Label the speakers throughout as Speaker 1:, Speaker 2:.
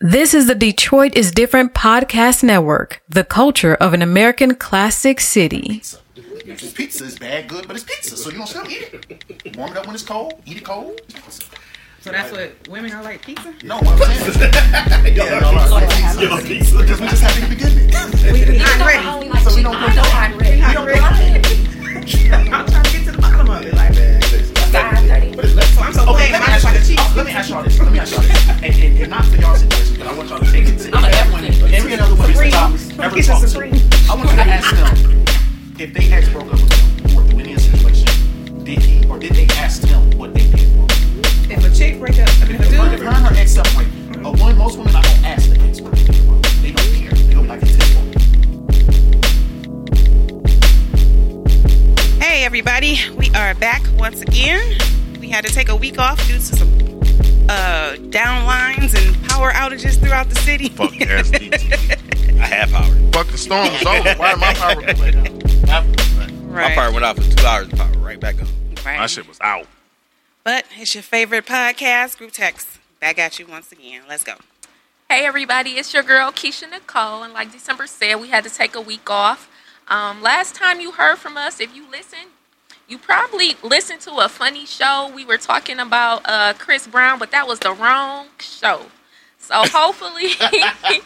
Speaker 1: This is the Detroit is Different podcast network, the culture of an American classic city.
Speaker 2: This pizza is bad, good, but it's pizza, so you don't still eat it. Warm it up when it's cold. Eat it cold. It's pizza.
Speaker 3: So that's what women are like pizza.
Speaker 2: No, I'm saying. yeah, no, no, no, pizza. Because we just happy to begin it.
Speaker 3: We, we not ready.
Speaker 2: So we don't put no
Speaker 3: We not ready. I'm trying to get to the bottom of it. Like, so I'm so
Speaker 2: Okay,
Speaker 3: okay,
Speaker 2: let me
Speaker 3: I'm
Speaker 2: ask y'all
Speaker 3: like a
Speaker 2: this.
Speaker 3: cheese.
Speaker 2: Let me ask y'all this. Let me ask y'all this. And, and, and not for y'all situation, because I want y'all to take it to everyone. Every other one of these topics, ever
Speaker 3: It's a
Speaker 2: talked
Speaker 3: supreme.
Speaker 2: to. I want you to ask them if they ex broke up with him or through any situation, did he or did they ask him what they did for him?
Speaker 3: If a chick break up, I mean, if a
Speaker 2: Her and
Speaker 3: dude,
Speaker 2: her ex separate. A woman, uh, most women not gonna ask their ex what they did for them. They don't care. They don't like it.
Speaker 3: Hey everybody, we are back once again. We had to take a week off due to some uh down lines and power outages throughout the city.
Speaker 4: Fuck SDT. I have power.
Speaker 5: Fuck, the storm was over. Why am I power
Speaker 4: My
Speaker 3: right.
Speaker 4: power went out for two hours. Power right back up.
Speaker 3: right.
Speaker 5: My shit was out.
Speaker 3: But it's your favorite podcast, Group Text. Back at you once again. Let's go.
Speaker 6: Hey everybody, it's your girl Keisha Nicole, and like December said, we had to take a week off. Um, last time you heard from us, if you listened, you probably listened to a funny show. We were talking about uh, Chris Brown, but that was the wrong show. So hopefully, the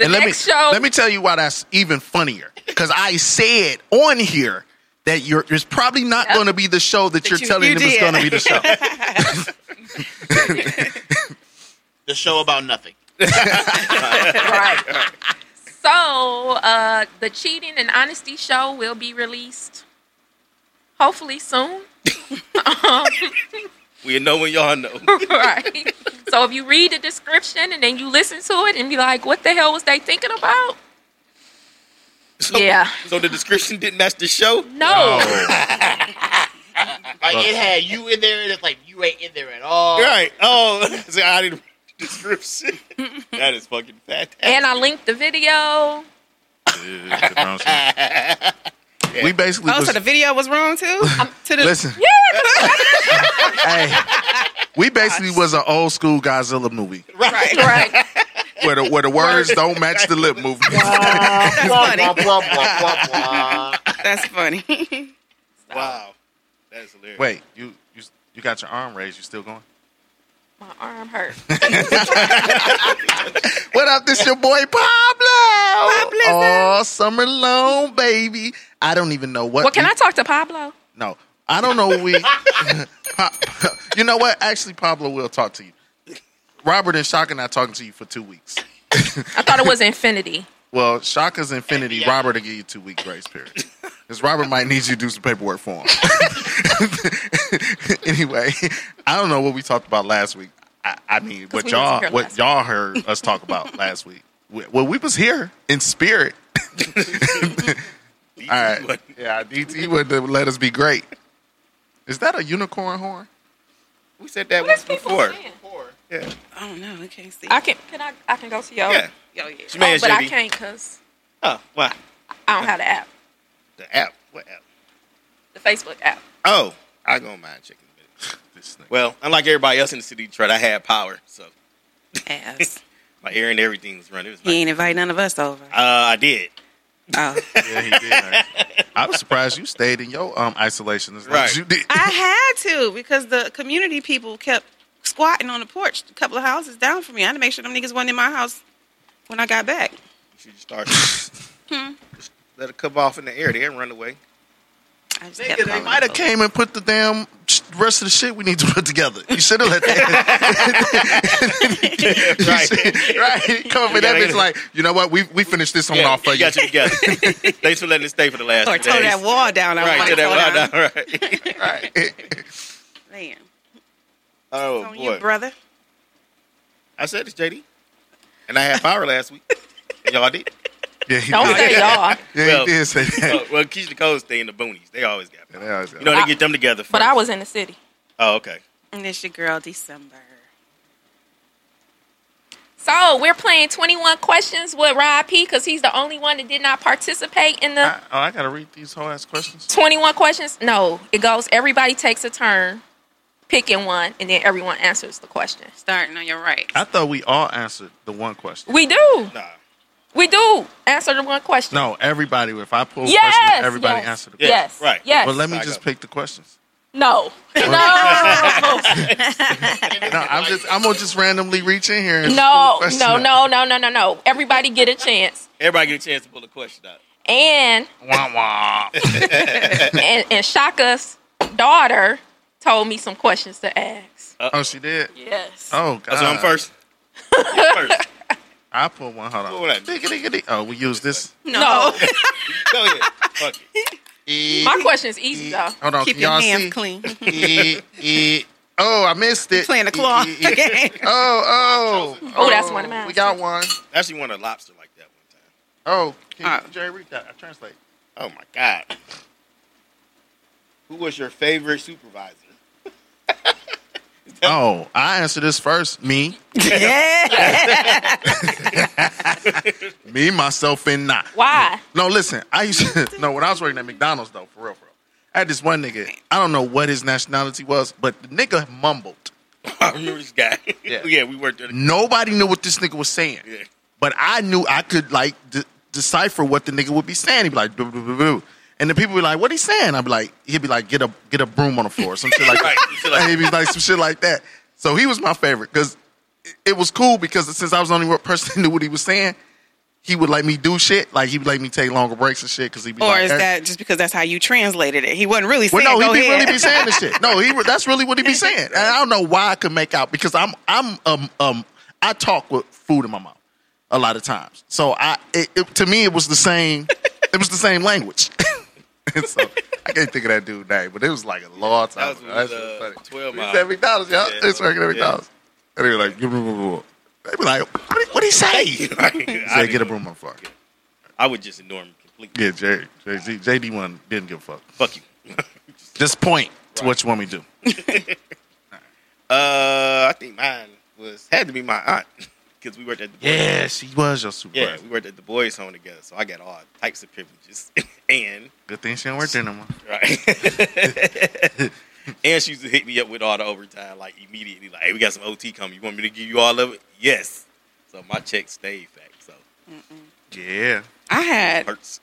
Speaker 5: and let me
Speaker 6: next show.
Speaker 5: let me tell you why that's even funnier. Because I said on here that you're it's probably not going to be the show that, you're
Speaker 3: you-
Speaker 5: telling
Speaker 3: you
Speaker 5: them it's
Speaker 3: did.
Speaker 5: going to be the show.
Speaker 7: The show about nothing.
Speaker 6: right. So uh, the cheating and honesty show will be released hopefully soon.
Speaker 4: We know when y'all know.
Speaker 6: right. So if you read the description and then you listen to it and be like, what the hell was they thinking about?
Speaker 4: So,
Speaker 6: Yeah.
Speaker 4: So the description didn't match the show.
Speaker 6: No.
Speaker 7: Like it had you in there, and it's like you ain't in there at all.
Speaker 4: Right. Oh, so I didn't read the description. that is fucking fantastic.
Speaker 6: And I linked the video.
Speaker 5: We basically
Speaker 3: Oh,
Speaker 5: was,
Speaker 3: so the video was wrong too? to the
Speaker 5: listen. hey, we basically was an old school Godzilla movie
Speaker 3: right.
Speaker 6: Right.
Speaker 5: where the where the words don't match the lip movement.
Speaker 3: That's funny.
Speaker 7: Blah, blah, blah, blah.
Speaker 3: That's funny.
Speaker 4: Wow. That is hilarious.
Speaker 5: Wait, you you you got your arm raised? You still going?
Speaker 6: My arm hurt.
Speaker 5: What up? This your boy Pablo. All summer long, baby. I don't even know what.
Speaker 6: Well, can
Speaker 5: we-
Speaker 6: I talk to Pablo?
Speaker 5: No, I don't know. We, Pa- you know what? Actually, Pablo will talk to you. Robert and Shaka not talking to you for two weeks.
Speaker 6: I thought it was infinity.
Speaker 5: Well, Shaka's infinity. Robert will give you two week grace period. Because Robert might need you to do some paperwork for him. anyway, I don't know what we talked about last week. I, I mean, what
Speaker 6: we wasn't
Speaker 5: y'all
Speaker 6: here
Speaker 5: what
Speaker 6: last
Speaker 5: y'all heard us talk about last week. We- Well, we was here in spirit. All right, yeah, DT would not let us be great. Is that a unicorn horn?
Speaker 4: We said that
Speaker 6: What is
Speaker 4: once
Speaker 6: people
Speaker 4: before.
Speaker 6: saying?
Speaker 3: oh no, we can't see.
Speaker 6: I can can I I can go to y'all.
Speaker 4: Yeah.
Speaker 3: Yo, yeah.
Speaker 4: She
Speaker 6: Oh,
Speaker 4: made
Speaker 6: but I
Speaker 4: JB.
Speaker 6: can't cause
Speaker 4: Oh, wow.
Speaker 6: I don't have the app,
Speaker 4: The app. What app?
Speaker 6: the Facebook app.
Speaker 4: Oh, I don't mind checking. in a minute.
Speaker 5: This thing.
Speaker 4: Well, unlike everybody else in the city of Detroit, I had power, so
Speaker 3: Ass.
Speaker 4: my air and everything was running. It was
Speaker 3: He
Speaker 4: nice.
Speaker 3: ain't invite none of us over.
Speaker 4: uh, I did.
Speaker 3: Oh.
Speaker 5: Yeah, he did. actually. I was surprised you stayed in your um, isolation as long
Speaker 4: Right.
Speaker 5: as you did.
Speaker 3: I had to because the community people kept squatting on the porch a couple of houses down from me. I had to make sure them niggas wasn't in my house when I got back.
Speaker 4: You should just start. just
Speaker 6: Hmm.
Speaker 4: let it come off in the air. They didn't run away.
Speaker 3: I just kept
Speaker 5: Nigga, they
Speaker 3: calling
Speaker 5: might have
Speaker 3: them.
Speaker 5: came and put the damn sh- rest of the shit we need to put together. You should have let that. You
Speaker 4: Right.
Speaker 5: should- right. Come
Speaker 4: You
Speaker 5: with that
Speaker 4: gotta get
Speaker 5: bitch
Speaker 4: it.
Speaker 5: like, you know what? We we finished this one
Speaker 4: Yeah,
Speaker 5: off for you.
Speaker 4: got you together. Thanks for letting it stay for the last.
Speaker 3: Or
Speaker 4: two
Speaker 3: tore
Speaker 4: days.
Speaker 3: that wall down. I
Speaker 4: Right,
Speaker 3: wanted
Speaker 4: tore
Speaker 3: to
Speaker 4: that
Speaker 3: throw
Speaker 4: wall
Speaker 3: down.
Speaker 4: down. Right.
Speaker 3: Man,
Speaker 4: Oh
Speaker 3: on
Speaker 4: boy,
Speaker 3: you, brother.
Speaker 4: I said this, JD, and I had power last week. And y'all did.
Speaker 5: Yeah, he
Speaker 6: Don't
Speaker 5: did.
Speaker 6: say y'all.
Speaker 5: Yeah,
Speaker 4: Well,
Speaker 5: he did say
Speaker 4: Oh,
Speaker 5: that.
Speaker 4: well, Keisha Nicole stay in the boonies. They always got. Power.
Speaker 5: Yeah, that was-
Speaker 4: You know they get them together. First.
Speaker 6: But I was in the city.
Speaker 4: Oh, okay.
Speaker 3: And it's your girl, December.
Speaker 6: So we're playing 21 questions with Rod P because he's the only one that did not participate in the
Speaker 5: I, oh, I gotta read these whole ass questions.
Speaker 6: 21 questions? No, it goes everybody takes a turn picking one, and then everyone answers the question.
Speaker 3: Starting on your right.
Speaker 5: I thought we all answered the one question.
Speaker 6: We do.
Speaker 4: Nah.
Speaker 6: We do answer the one question.
Speaker 5: No, everybody. If I pull a
Speaker 6: Yes.
Speaker 5: question, everybody
Speaker 6: yes,
Speaker 5: answered the question.
Speaker 6: Yes.
Speaker 4: right.
Speaker 6: Yes.
Speaker 5: But let me
Speaker 4: I
Speaker 5: just
Speaker 4: got
Speaker 5: pick the questions.
Speaker 6: no. No.
Speaker 5: No, I'm just I'm gonna just randomly reach in here. And just pull
Speaker 6: No,
Speaker 5: a question
Speaker 6: no,
Speaker 5: out.
Speaker 6: no, no, no, no, no. Everybody get a chance.
Speaker 7: Everybody get a chance to pull a question out.
Speaker 6: And
Speaker 5: Wah, wah.
Speaker 6: and, and Shaka's daughter told me some questions to ask.
Speaker 5: Oh, she did.
Speaker 6: Yes.
Speaker 5: Oh God.
Speaker 4: So Uh, I'm first. You first.
Speaker 5: I put one. Hold on.
Speaker 4: What would I do?
Speaker 5: Diggity-diggity. Oh, we use this. Oh.
Speaker 6: No.
Speaker 4: Go ahead. Fuck it.
Speaker 6: My question is easy though.
Speaker 5: Hold on.
Speaker 3: Keep
Speaker 5: can y'all
Speaker 3: your hands
Speaker 5: see?
Speaker 3: clean.
Speaker 5: Eh, eh. Oh, I missed it.
Speaker 3: Playing the claw
Speaker 5: Eh, eh, eh.
Speaker 3: game.
Speaker 5: Oh, oh.
Speaker 6: Oh, that's one of mine.
Speaker 5: We got one.
Speaker 4: I actually wanted a lobster like that one time.
Speaker 5: Oh, can
Speaker 3: All right.
Speaker 5: Jerry read that? I translate.
Speaker 4: Oh my god. Who was your favorite supervisor?
Speaker 5: Oh, I answer this first. Me, me, myself, and not.
Speaker 6: Why?
Speaker 5: No, listen. I used to, no when I was working at McDonald's though, for real, for real. I had this one nigga. I don't know what his nationality was, but the nigga mumbled.
Speaker 4: I remember this guy.
Speaker 5: Yeah.
Speaker 4: Yeah, we worked at
Speaker 5: Nobody knew what this nigga was saying.
Speaker 4: Yeah.
Speaker 5: But I knew I could like de- decipher what the nigga would be saying. He'd be like, boo, boo, boo, boo. and the people be like, "What he saying?" I'd be like, "He'd be like, get a get a broom on the floor, or some shit like
Speaker 4: Right,
Speaker 5: that."
Speaker 4: shit like
Speaker 5: And he'd be like some shit like that. So he was my favorite because it was cool because since I was the only one person that knew what he was saying, he would let me do shit. Like he would let me take longer breaks and shit because he'd be
Speaker 3: Or
Speaker 5: like,
Speaker 3: is
Speaker 5: "Hey."
Speaker 3: that just because that's how you translated it? He wasn't really
Speaker 5: Well,
Speaker 3: saying
Speaker 5: no,
Speaker 3: go
Speaker 5: he be
Speaker 3: ahead.
Speaker 5: really be saying this shit. No, he re- that's really what he be saying. And I don't know why I could make out because I'm I'm um um I talk with food in my mouth a lot of times. So I it, it, to me it was the same it was the same language. And so I can't think of that dude name, but it was like a long time.
Speaker 4: That
Speaker 5: ago.
Speaker 4: was,
Speaker 5: That shit
Speaker 4: uh,
Speaker 5: was funny.
Speaker 4: 12
Speaker 5: He was
Speaker 4: mile.
Speaker 5: at McDonald's, y'all.
Speaker 4: Yeah.
Speaker 5: It's working at McDonald's. And they were like, they be like, what did, what he say? He
Speaker 4: I,
Speaker 5: said,
Speaker 4: didn't-
Speaker 5: get a broom on the floor.
Speaker 4: I would just ignore him completely.
Speaker 5: Yeah, J, J, J, JD one didn't give a fuck.
Speaker 4: Fuck you.
Speaker 5: Just point to what you want me to do.
Speaker 4: Uh, I think mine was had to be my aunt because we worked at the boys.
Speaker 5: Yeah, she was your supervisor.
Speaker 4: yeah we worked at the boys' home together, so I got all types of privileges and
Speaker 5: Good thing she don't work there no more.
Speaker 4: Right. and she used to hit me up with all the overtime, like immediately, like, hey, we got some OT coming. You want me to give you all of it? Yes. So my check stayed fat, so
Speaker 5: Yeah.
Speaker 3: I
Speaker 4: it
Speaker 3: had
Speaker 4: hurts.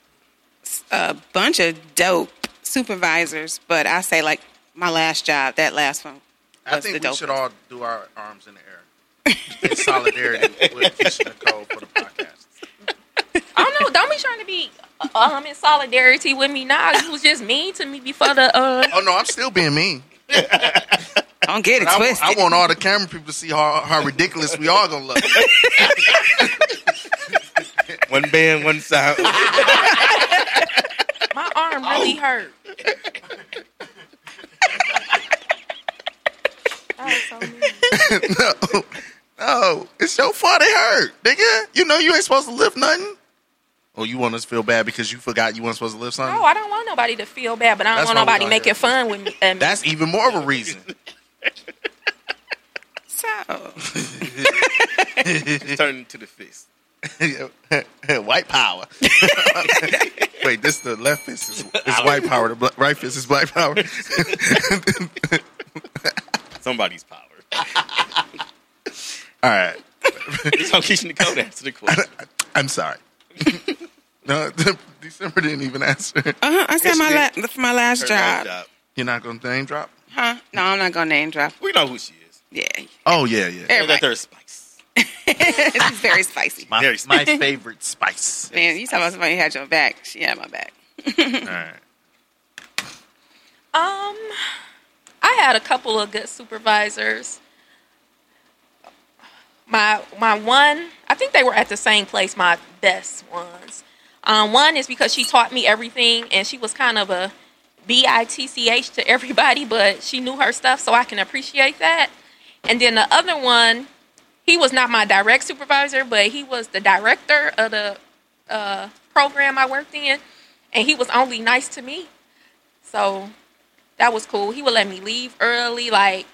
Speaker 3: a bunch of dope supervisors, but I say like my last job, that last one.
Speaker 5: I
Speaker 3: was the
Speaker 5: think we
Speaker 3: dopest.
Speaker 5: should all do our arms in the air in solidarity with Keisha Nicole for the podcast.
Speaker 6: I don't know. Don't be trying to be um in solidarity with me now. You was just mean to me before the uh
Speaker 5: Oh no, I'm still being mean.
Speaker 3: Don't get it
Speaker 5: I, want-
Speaker 3: twisted.
Speaker 5: I want all the camera people to see how, how ridiculous we all gonna look.
Speaker 4: One band, one sound.
Speaker 6: my arm really hurt. That was so mean.
Speaker 5: no, no, it's your fault. It hurt, nigga. You know you ain't supposed to lift nothing. Oh, you want us to feel bad because you forgot you weren't supposed to lift something?
Speaker 6: No, Oh, I don't want nobody to feel bad, but I don't
Speaker 5: That's
Speaker 6: want
Speaker 5: why we
Speaker 6: nobody
Speaker 5: out
Speaker 6: making
Speaker 5: here.
Speaker 6: fun with me. And
Speaker 5: That's even more of a reason.
Speaker 3: so uh-huh,
Speaker 4: Turn into the fist.
Speaker 5: white power. Wait, this the left fist is, is white power. The bla- right fist is black power.
Speaker 4: Somebody's power.
Speaker 5: All right,
Speaker 4: It's on Keisha Nicole to answer the question.
Speaker 5: I'm sorry. no, December didn't even answer.
Speaker 3: uh-huh, I said
Speaker 4: Yes,
Speaker 3: my
Speaker 4: you
Speaker 3: la- for my last
Speaker 4: Her
Speaker 3: job.
Speaker 4: last job.
Speaker 5: You're not gonna name drop?
Speaker 3: Huh? No, I'm not gonna name drop.
Speaker 4: We know who she is.
Speaker 3: Yeah,
Speaker 5: Oh yeah, yeah.
Speaker 4: Everybody.
Speaker 3: Everybody.
Speaker 4: That there's spice.
Speaker 3: it's very spicy.
Speaker 5: My,
Speaker 4: Very
Speaker 5: my favorite spice.
Speaker 3: Man, you talking about somebody who had your back? She had my back.
Speaker 5: All right.
Speaker 6: Um, I had a couple of good supervisors. My my one, I think they were at the same place. My best ones. Um, one is because she taught me everything, and she was kind of a B I T C H to everybody, but she knew her stuff, so I can appreciate that. And then the other one, he was not my direct supervisor, but he was the director of the uh, program I worked in, and he was only nice to me. So that was cool. He would let me leave early. Like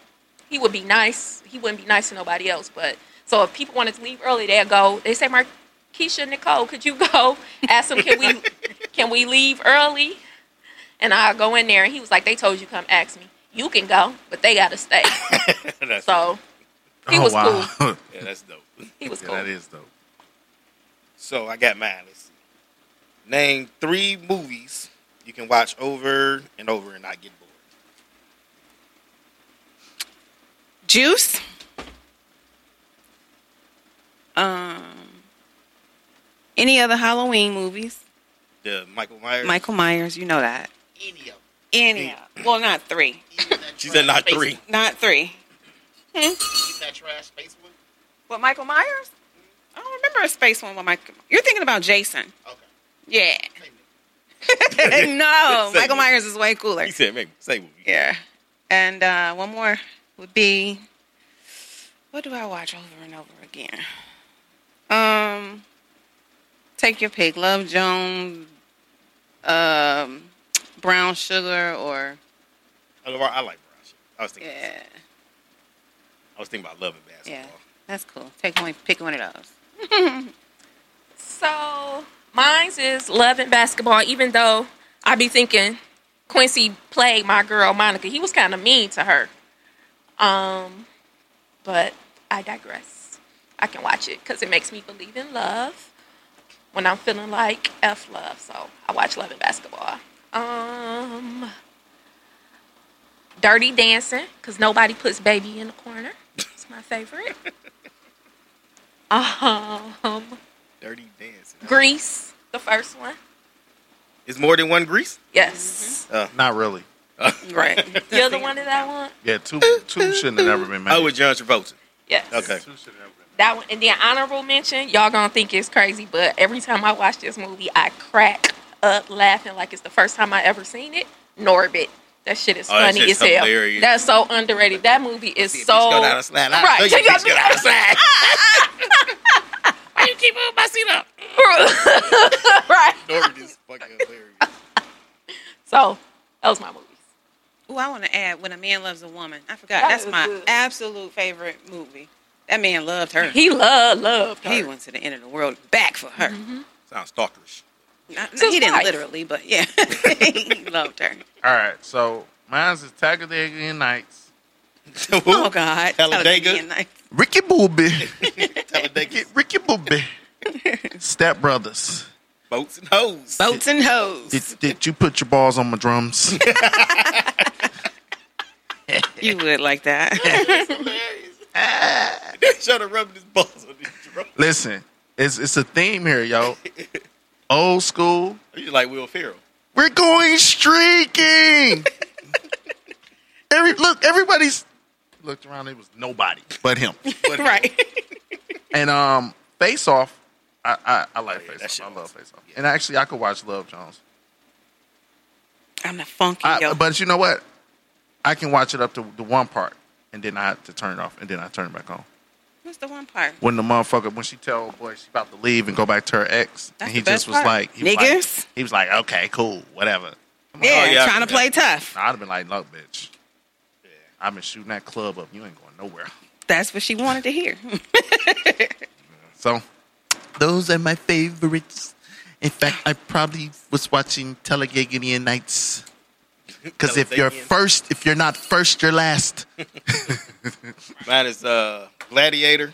Speaker 6: he would be nice. He wouldn't be nice to nobody else. But so if people wanted to leave early, they'd go. They say, "Mark, Keisha, Nicole, could you go ask them? Can we can we leave early?" And I go in there, and he was like, "They told you come ask me." you can go, but they gotta stay.
Speaker 4: that's,
Speaker 6: So he
Speaker 5: oh
Speaker 6: was
Speaker 5: wow,
Speaker 6: cool.
Speaker 4: yeah, that's dope.
Speaker 6: He was
Speaker 5: yeah,
Speaker 6: cool.
Speaker 5: that is dope.
Speaker 4: So I got mine. Let's see. Name three movies you can watch over and over and not get bored.
Speaker 3: Juice. Um, any other Halloween movies?
Speaker 4: The Michael Myers.
Speaker 3: Michael Myers, you know that.
Speaker 7: Any of them.
Speaker 3: Any? Well, not three.
Speaker 7: Even that
Speaker 4: She said
Speaker 7: trash
Speaker 4: not
Speaker 7: space-
Speaker 4: three.
Speaker 3: Not three.
Speaker 4: Hmm.
Speaker 7: Even that trash space one. Mm-hmm.
Speaker 3: What Michael Myers? I don't remember a space one with Michael. You're thinking about Jason.
Speaker 7: Okay.
Speaker 3: Yeah.
Speaker 7: Same thing.
Speaker 3: no,
Speaker 4: Same.
Speaker 3: Michael Myers is way cooler.
Speaker 4: He said, "Make say movie."
Speaker 3: Yeah. And uh, one more would be what do I watch over and over again? Um Take your pick, Love Jones, um, Brown Sugar or
Speaker 4: I, like- I like brown sugar. I was thinking.
Speaker 3: yeah.
Speaker 4: I was thinking about loving basketball.
Speaker 3: Yeah. That's cool. Take one pick one of those.
Speaker 6: So mine's is loving basketball, even though I be thinking Quincy played my girl Monica. He was kind of mean to her. Um, but I digress. I can watch it because it makes me believe in love when I'm feeling like F love. So I watch Love and Basketball. Um, Dirty Dancing because nobody puts baby in the corner. It's my favorite. Um,
Speaker 4: Dirty dancing.
Speaker 6: Grease, the first one.
Speaker 4: It's more than one grease.
Speaker 6: Yes.
Speaker 5: Not really.
Speaker 4: Mm-hmm.
Speaker 3: Right.
Speaker 6: The other one that I want.
Speaker 5: Yeah, two two shouldn't have never been made.
Speaker 4: Oh, with John Travolta.
Speaker 6: Yes.
Speaker 4: Okay.
Speaker 5: Two should have never been.
Speaker 6: That one. And then honorable mention. Y'all gonna think it's crazy, but every time I watch this movie, I crack up laughing like it's the first time I ever seen it. Norbit. That shit is
Speaker 4: Oh, that
Speaker 6: funny
Speaker 4: shit's
Speaker 6: as hell.
Speaker 4: hilarious.
Speaker 6: That's so underrated. That movie is
Speaker 4: See, if
Speaker 6: so.
Speaker 4: you go down a slide, I'll
Speaker 6: right.
Speaker 4: show you if you go down a slide.
Speaker 6: Why you keep moving my seat up? right.
Speaker 4: Norbit is fucking hilarious.
Speaker 6: So that was my movies.
Speaker 3: Oh, I want to add when a man loves a woman. I forgot.
Speaker 6: That
Speaker 3: That's
Speaker 6: was
Speaker 3: my
Speaker 6: good.
Speaker 3: absolute favorite movie. That man loved her. He,
Speaker 6: He loved, loved. Her.
Speaker 3: went to the end of the world and back for her.
Speaker 4: Sounds stalkerish.
Speaker 3: Not-
Speaker 6: It's his
Speaker 3: he didn't
Speaker 6: wife.
Speaker 3: literally, but yeah, he loved her.
Speaker 5: All right, so mine's is Talladega Nights. Nights.
Speaker 3: Oh God,
Speaker 4: Talladega?
Speaker 3: Talladega Nights.
Speaker 5: Ricky Booby,
Speaker 4: Talladega
Speaker 5: Ricky Booby, Step Brothers.
Speaker 4: boats and hoes.
Speaker 3: boats and
Speaker 5: Did,
Speaker 3: hoes.
Speaker 5: did you put your balls on my drums?
Speaker 3: You would like that.
Speaker 4: That Shut up, rubbing his balls on his drum.
Speaker 5: Listen, it's it's a theme here, yo. Old school.
Speaker 4: You like Will Ferrell?
Speaker 5: We're going streaking. Every look, everybody's looked around. It was nobody but him. But
Speaker 3: right.
Speaker 5: and um, Face Off. I I, I like
Speaker 4: yeah, that
Speaker 5: Face
Speaker 4: shit
Speaker 5: Off. I love
Speaker 4: was-
Speaker 5: Face Off. And actually, I could watch Love Jones.
Speaker 3: I'm the funky
Speaker 5: I-
Speaker 3: yo.
Speaker 5: but you know what? I can watch it up to the one part, and then I have to turn it off, and then I turn it back on.
Speaker 3: What's the one part?
Speaker 5: When the motherfucker, when she tell old boy she about to leave and go back to her ex,
Speaker 3: That's
Speaker 5: and he
Speaker 3: the best
Speaker 5: just was
Speaker 3: part.
Speaker 5: like, he was like-
Speaker 3: Niggas?
Speaker 5: he was like, okay, cool, whatever.
Speaker 3: Yeah,
Speaker 4: Oh, yeah, I
Speaker 3: trying to
Speaker 4: remember.
Speaker 3: play tough.
Speaker 5: I'd have been like, look, bitch, I've been shooting that club up. You ain't going nowhere.
Speaker 3: That's what she wanted to hear.
Speaker 5: So, those are my favorites. In fact, I probably was watching Telegaganian Nights. Because if you're
Speaker 4: Telegaganian.
Speaker 5: first, if you're not first, you're last. oh,
Speaker 4: Mine is uh, Gladiator,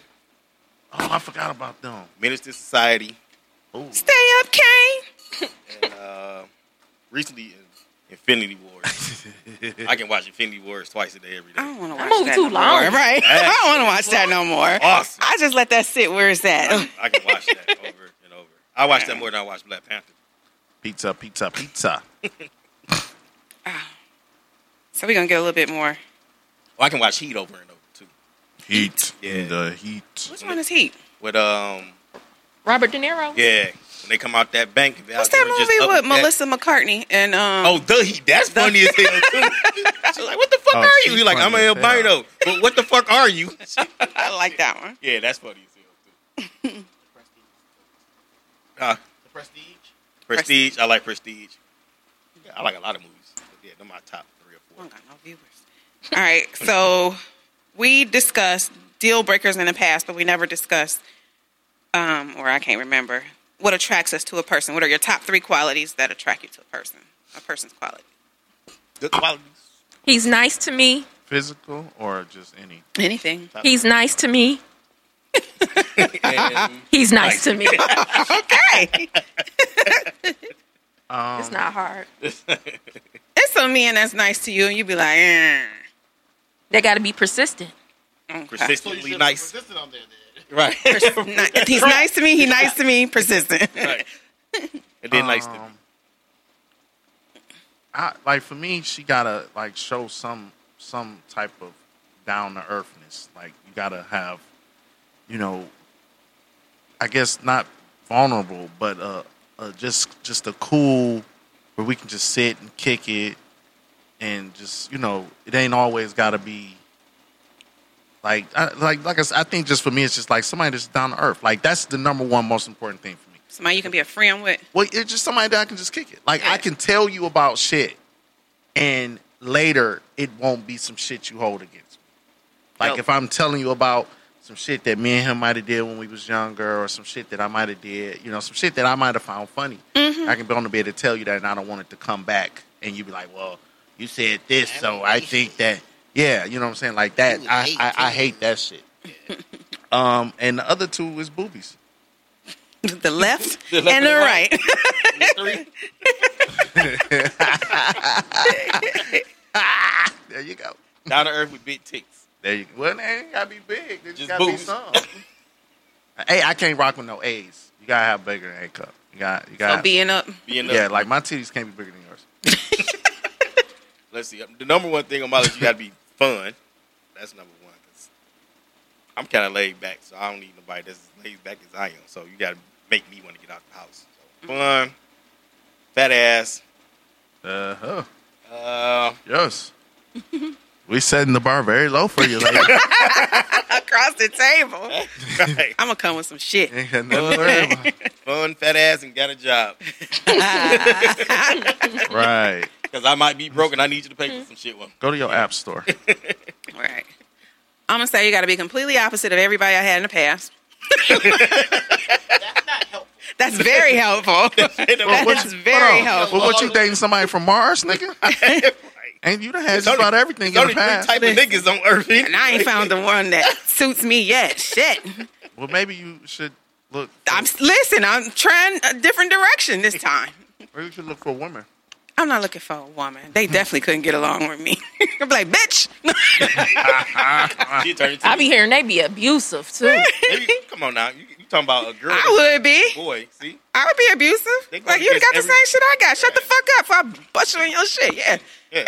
Speaker 5: Oh, I forgot about them.
Speaker 4: Minister Society,
Speaker 5: Ooh.
Speaker 3: Stay up, Kane.
Speaker 4: and uh, recently in Infinity Wars. I can watch Infinity Wars twice a day every
Speaker 3: I
Speaker 4: day.
Speaker 3: don't want to
Speaker 6: That
Speaker 3: watch
Speaker 6: movie
Speaker 3: that
Speaker 6: too
Speaker 3: no
Speaker 6: long.
Speaker 3: more. Right. I don't want to watch that no more.
Speaker 4: Awesome.
Speaker 3: I just let that sit where it's at.
Speaker 4: I can watch that over and over. I watch that more than I watch Black Panther.
Speaker 5: Pizza, pizza, pizza.
Speaker 3: So we're gonna get a little bit more.
Speaker 4: Or Oh, I can watch Heat over and over too.
Speaker 5: Heat.
Speaker 4: Yeah.
Speaker 5: The heat.
Speaker 3: Which one is Heat?
Speaker 4: With um,
Speaker 6: Robert De Niro.
Speaker 4: yeah, when they come out that bank. and they
Speaker 3: What's
Speaker 4: out there
Speaker 3: that
Speaker 4: and just
Speaker 3: movie
Speaker 4: up
Speaker 3: with
Speaker 4: and
Speaker 3: Melissa McCartney and um?
Speaker 4: Oh, the Heat. That's funny as hell too. She's like, "What the fuck
Speaker 5: Oh,
Speaker 4: are
Speaker 5: she
Speaker 4: you?" He's like, "I'm
Speaker 5: funny
Speaker 4: an
Speaker 5: as hell.
Speaker 4: albino." But what the fuck are you?
Speaker 3: I like that one.
Speaker 4: yeah, that's funny as hell too.
Speaker 7: The prestige.
Speaker 4: Uh,
Speaker 7: The prestige.
Speaker 4: Prestige. I like Prestige. Yeah, I like a lot of movies. But yeah, they're my top three or
Speaker 3: I
Speaker 4: four.
Speaker 3: don't got no viewers. All right, so we discussed deal breakers in the past, but we never discussed, um, or I can't remember, what attracts us to a person. What are your top three qualities that attract you to a person? A person's quality.
Speaker 4: Good qualities.
Speaker 6: He's nice to me.
Speaker 5: Physical or just any?
Speaker 3: Anything.
Speaker 6: He's nice to me.
Speaker 4: And
Speaker 6: He's nice to me.
Speaker 3: Okay.
Speaker 5: Um,
Speaker 6: It's not hard.
Speaker 3: it's some man that's nice to you, and you be like, eh.
Speaker 6: They got to be persistent.
Speaker 3: Okay.
Speaker 7: So you
Speaker 4: persistently
Speaker 7: should
Speaker 4: nice.
Speaker 7: persisted on there then.
Speaker 4: Right.
Speaker 3: Pers- ni- if he's nice to me. He nice to me. Persistent.
Speaker 4: right. And then nice to me.
Speaker 5: um, I, like for me, she gotta like show some some type of down to earthness. Like you gotta have, you know, I guess not vulnerable, but uh, uh just just a cool where we can just sit and kick it, and just you know, it ain't always gotta be. Like, I, like, like I, s- I think just for me, it's just like somebody that's down to earth. Like that's the number one most important thing for me.
Speaker 3: Somebody you can be a friend with.
Speaker 5: Well, it's just somebody that I can just kick it. Like
Speaker 3: Yeah.
Speaker 5: I can tell you about shit, and later it won't be some shit you hold against me. Like
Speaker 4: Nope.
Speaker 5: if I'm telling you about some shit that me and him might have did when we was younger, or some shit that I might have did, you know, some shit that I might have found funny. I can be on the bed to tell you that, and I don't want it to come back, and you be like, "Well, you said this, so I think that." Yeah, you know what I'm saying, like that.
Speaker 7: You
Speaker 5: I
Speaker 7: hate
Speaker 5: I, I
Speaker 7: it.
Speaker 5: hate that shit. um, and the other two is boobies.
Speaker 3: The left,
Speaker 4: The
Speaker 3: and
Speaker 4: left
Speaker 3: the
Speaker 4: and the
Speaker 3: right.
Speaker 4: Three.
Speaker 5: There you go.
Speaker 4: Down to earth with big ticks.
Speaker 5: There you go. Well, they ain't gotta be big. They just,
Speaker 4: Just
Speaker 5: gotta be
Speaker 4: boobs.
Speaker 5: some. hey, I can't rock with no A's. You gotta have bigger than A cup. You got you got
Speaker 3: So being up.
Speaker 4: Being
Speaker 5: Yeah,
Speaker 4: up.
Speaker 5: like my titties can't be bigger than yours.
Speaker 4: Let's see. um, The number one thing on my list, you gotta be fun. That's number one. Cause I'm kind of laid back, so I don't need nobody that's as laid back as I am. So you gotta make me want to get out the house. So, fun, fat ass.
Speaker 5: Uh huh.
Speaker 4: Uh,
Speaker 5: Yes. we setting the bar very low for you, lady.
Speaker 3: across the table.
Speaker 4: right.
Speaker 3: I'm gonna come with some shit.
Speaker 5: Ain't got nothing to worry about.
Speaker 4: fun, fat ass, and got a job.
Speaker 5: right.
Speaker 4: Cause I might be broke, and I need you to pay for some shit. Well,
Speaker 5: Go to your app store.
Speaker 3: Right. I'm gonna say you gotta be completely opposite of everybody I had in the past.
Speaker 7: That's not helpful.
Speaker 3: That's very helpful.
Speaker 5: Well,
Speaker 3: That's very
Speaker 5: hold on.
Speaker 3: helpful.
Speaker 5: Well, what you dating somebody from Mars, nigga? and you done had just
Speaker 4: only-
Speaker 5: about everything in
Speaker 4: There's only
Speaker 5: the
Speaker 4: three
Speaker 5: past.
Speaker 4: type of niggas on earth.
Speaker 3: And I ain't found the one that suits me yet. Shit.
Speaker 5: Well, maybe you should look.
Speaker 3: I'm listen. I'm trying a different direction this time.
Speaker 5: Maybe you should look for a woman.
Speaker 3: I'm not looking for a woman. They definitely couldn't get along with me. I'm like, bitch.
Speaker 4: She turned into
Speaker 6: I be hearing they be abusive too.
Speaker 4: Maybe, come on now. You, you talking about a girl?
Speaker 3: I would be.
Speaker 4: Boy, see,
Speaker 3: I would be
Speaker 4: They
Speaker 3: abusive.
Speaker 4: gonna
Speaker 3: Like you
Speaker 4: miss
Speaker 3: got the
Speaker 4: every-
Speaker 3: same shit I got. Shut the fuck up. If I bust you on your shit. Yeah.
Speaker 4: yeah.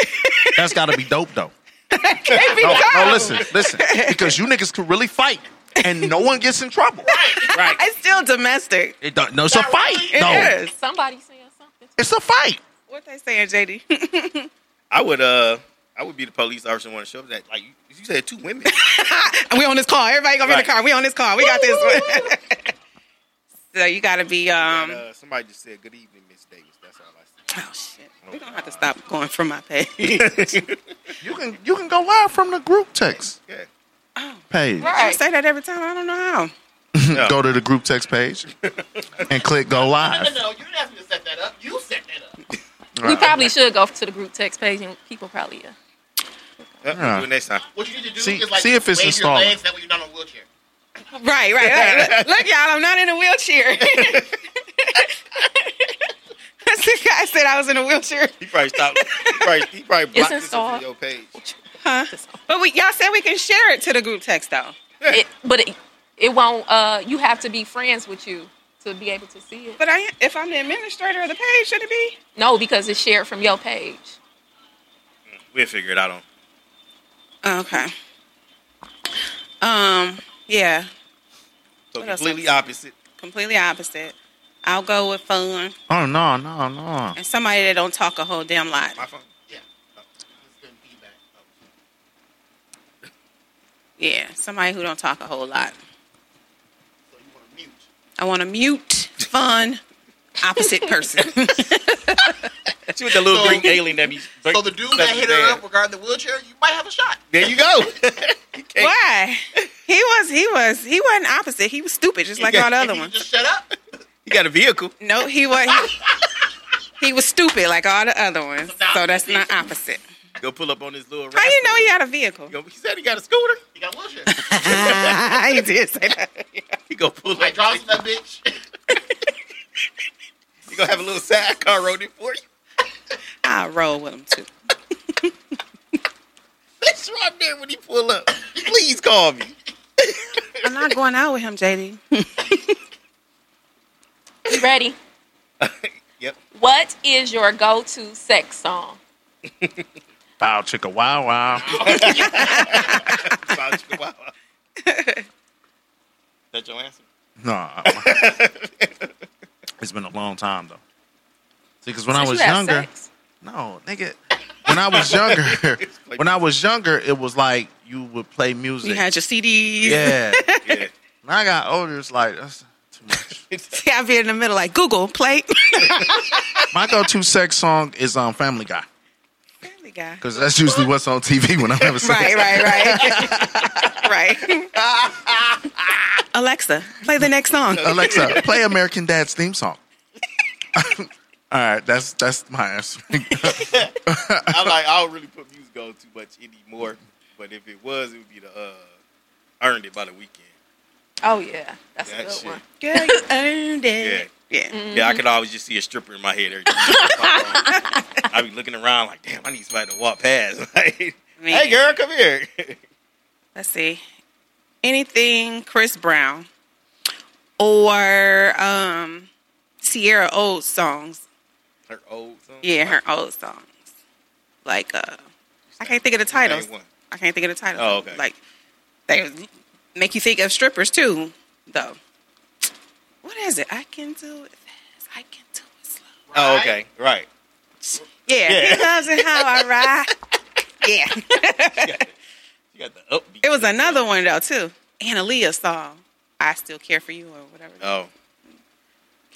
Speaker 5: That's got to be dope, though.
Speaker 3: They be
Speaker 5: No,
Speaker 3: dumb.
Speaker 5: no, Oh, listen, listen. Because you niggas could really fight, and no one gets in trouble.
Speaker 4: right.
Speaker 3: It's still domestic.
Speaker 5: It don't, no, it's a fight.
Speaker 3: It is.
Speaker 5: no,
Speaker 6: Somebody saying something.
Speaker 5: it's a fight.
Speaker 3: What they saying, JD?
Speaker 4: I would uh I would be the police officer want to show up that like you, you said two women.
Speaker 3: we on this car. Everybody gonna be in the
Speaker 4: Right.
Speaker 3: car. We on this car. We got this one. so you gotta be um.
Speaker 4: And, uh, somebody just said good evening, Miss Davis. That's all I
Speaker 3: Oh shit. We don't have to stop going from my page.
Speaker 4: see.
Speaker 5: You can you can go live from the group text
Speaker 4: yeah.
Speaker 5: page.
Speaker 3: I say that every time. I don't know how.
Speaker 4: No.
Speaker 5: Go to the group text page and click go
Speaker 7: No,
Speaker 5: live.
Speaker 7: no, no. You didn't ask me to set that up. You set that up.
Speaker 6: We probably should go to the group text page and people probably yeah.
Speaker 4: Uh,
Speaker 5: Yeah.
Speaker 4: Do it next time.
Speaker 7: What you need to do
Speaker 5: See-
Speaker 7: is like
Speaker 5: see if it's
Speaker 7: wave
Speaker 5: installing.
Speaker 7: your legs. That way you're not on a wheelchair.
Speaker 3: Right, right, right. Look, look, y'all, I'm not in a wheelchair. the guy said I was in a wheelchair.
Speaker 4: He probably stopped. He probably, he probably blocked this
Speaker 6: installed.
Speaker 4: from your page.
Speaker 3: But we, y'all said we can share it to the group text though.
Speaker 6: It, but it, it won't. Uh, you have to be friends with you to be able to see it.
Speaker 3: But I, if I'm the administrator of the page, should it be?
Speaker 6: No, because it's shared from your page.
Speaker 4: We'll figure it out on.
Speaker 3: Oh, Okay. Um. Yeah.
Speaker 4: So
Speaker 3: What else
Speaker 4: completely
Speaker 3: I
Speaker 4: opposite.
Speaker 3: Completely opposite. I'll go with fun
Speaker 5: Oh no no no.
Speaker 3: and somebody that don't talk a whole damn lot.
Speaker 4: My phone.
Speaker 7: Yeah. Oh, it's good feedback. Oh.
Speaker 3: Yeah, somebody who don't talk a whole lot.
Speaker 7: So you want to mute.
Speaker 3: I want a mute, fun, opposite person.
Speaker 4: She was the little
Speaker 7: So-
Speaker 4: green alien that be.
Speaker 7: So the dude that hit her up regarding the wheelchair, you might have a shot.
Speaker 4: There you go.
Speaker 3: Why? He was he was he wasn't opposite. He was stupid, just like all the
Speaker 7: If
Speaker 3: other
Speaker 7: you
Speaker 3: ones.
Speaker 7: Just shut up.
Speaker 4: You got a vehicle.
Speaker 3: No, he was he, he was stupid like all the other ones. So that's not opposite.
Speaker 4: Go pull up on this little.
Speaker 3: How you
Speaker 4: rascal.
Speaker 3: know he had a vehicle?
Speaker 4: He go- He said he got a scooter.
Speaker 7: He got a wheelchair.
Speaker 3: he did say that.
Speaker 4: He go pull
Speaker 7: I
Speaker 4: up.
Speaker 7: dropped that bitch.
Speaker 4: He gonna have a little side car rolling for you.
Speaker 3: I roll with him too.
Speaker 4: Bitch, right there when he pull up. Please call me.
Speaker 3: I'm not going out with him, JD.
Speaker 6: You ready?
Speaker 4: Yep.
Speaker 6: What is your go-to sex song?
Speaker 5: Bow chicka wow wow.
Speaker 4: Wow, chicken, wow, wow. That's your answer.
Speaker 5: Nah, it's been a long time though. See, because when I
Speaker 6: Since
Speaker 5: was
Speaker 6: you had
Speaker 5: younger,
Speaker 6: sex.
Speaker 5: no, nigga, when I was younger,
Speaker 4: like-
Speaker 5: when I was younger, it was like you would play music.
Speaker 3: You had your CDs.
Speaker 5: yeah.
Speaker 4: Yeah.
Speaker 5: When I got older, it's like that's too much.
Speaker 3: See, I'd be in the middle like Google Play.
Speaker 5: My go-to sex song is um Family Guy
Speaker 3: Family guy.
Speaker 5: because that's usually what's on TV when I'm having sex.
Speaker 3: Right, right, right. right. Alexa, play the next song.
Speaker 5: Alexa, play American Dad's theme song. All right, that's that's my answer.
Speaker 4: I'm like, I don't really put music on too much anymore. But if it was, it would be the uh, earned it by the weekend.
Speaker 6: Oh yeah, that's
Speaker 4: That
Speaker 6: a good
Speaker 4: shit.
Speaker 6: one.
Speaker 3: Girl, you earned it. Yeah.
Speaker 4: Yeah, I could always just see a stripper in my head. Every time I be looking around like, damn, I need somebody to walk past. Like,
Speaker 3: Man.
Speaker 4: hey, girl, come here.
Speaker 3: Let's see. Anything Chris Brown or um, Sierra old songs.
Speaker 4: her old song.
Speaker 3: Yeah, her old songs. Like uh I can't think of the titles.
Speaker 4: Name one.
Speaker 3: I can't think of the titles.
Speaker 4: Oh, okay.
Speaker 3: Like they make you think of strippers too, though. What is it? I can do it fast. I can do it slow.
Speaker 4: Oh, okay, right.
Speaker 3: Yeah, he
Speaker 4: Yeah.
Speaker 3: loves it how I ride. yeah.
Speaker 4: You got the upbeat.
Speaker 3: It was another one though too. Annalia song. I still care for you or whatever.
Speaker 4: Oh,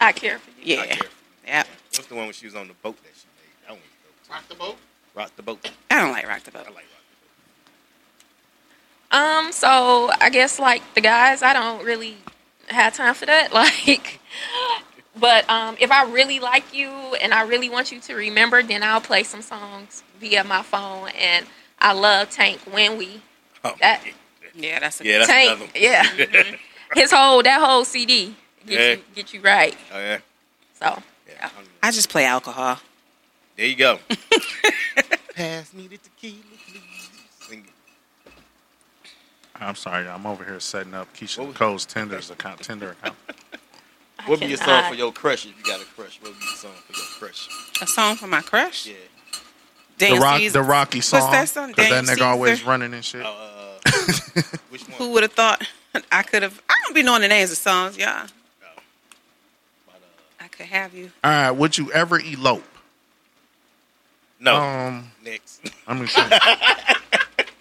Speaker 6: I care for you.
Speaker 4: I
Speaker 3: yeah.
Speaker 4: care. for you.
Speaker 3: Yep.
Speaker 4: What's the one when she was on the boat that she made? That one was dope.
Speaker 7: Rock the boat.
Speaker 4: too. Rock the boat.
Speaker 3: I don't like Rock the Boat.
Speaker 4: I like rock the
Speaker 6: Um, so I guess like the guys, I don't really have time for that. Like, but um, if I really like you and I really want you to remember, then I'll play some songs via my phone. And I love Tank when we
Speaker 4: boat. Oh,
Speaker 6: That-
Speaker 4: yeah.
Speaker 3: Yeah, that's a
Speaker 4: yeah, that's
Speaker 6: Tank,
Speaker 4: another one.
Speaker 6: yeah, his whole that whole CD get
Speaker 4: Yeah.
Speaker 6: you get you right.
Speaker 4: Oh yeah.
Speaker 6: So
Speaker 4: yeah. I don't know.
Speaker 3: I just play alcohol.
Speaker 4: There you go. Pass me the tequila, please. Sing it.
Speaker 5: I'm sorry, I'm over here setting up
Speaker 4: What
Speaker 5: Keisha
Speaker 4: was-
Speaker 5: Cole's Tinder's account, Tinder account.
Speaker 6: I
Speaker 4: What would be your song
Speaker 6: cannot.
Speaker 4: for your crush if you got a crush? What would be your song for your crush?
Speaker 3: A song for my crush.
Speaker 4: Yeah.
Speaker 5: The
Speaker 3: Dance
Speaker 5: rock, the
Speaker 3: Caesar.
Speaker 5: Rocky song.
Speaker 3: that song?
Speaker 5: 'cause that
Speaker 3: Daniel
Speaker 5: nigga always
Speaker 3: Caesar?
Speaker 5: running and shit.
Speaker 4: Uh, which one?
Speaker 3: Who would have thought I could have? I don't be knowing the names of songs, y'all.
Speaker 4: But, uh,
Speaker 3: I could have you.
Speaker 5: All right, would you ever elope?
Speaker 4: no.
Speaker 5: Um,
Speaker 4: Next.
Speaker 5: I'm gonna say,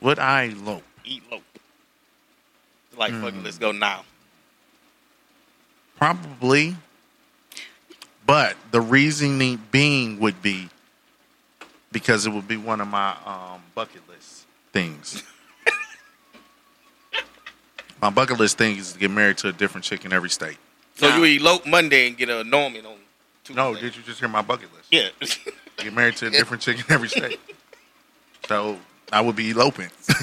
Speaker 5: would I elope?
Speaker 4: Elope. Like, fuck it, let's go now.
Speaker 5: Probably, but the reasoning being would be because it would be one of my um, bucket list things. my bucket list thing is to get married to a different chick in every state.
Speaker 4: So
Speaker 3: Nah.
Speaker 4: you elope Monday and get a Norman on Tuesday.
Speaker 5: No, did you just hear my bucket list?
Speaker 4: Yeah.
Speaker 5: Get married to a different chick in every state. So I would be eloping.
Speaker 4: so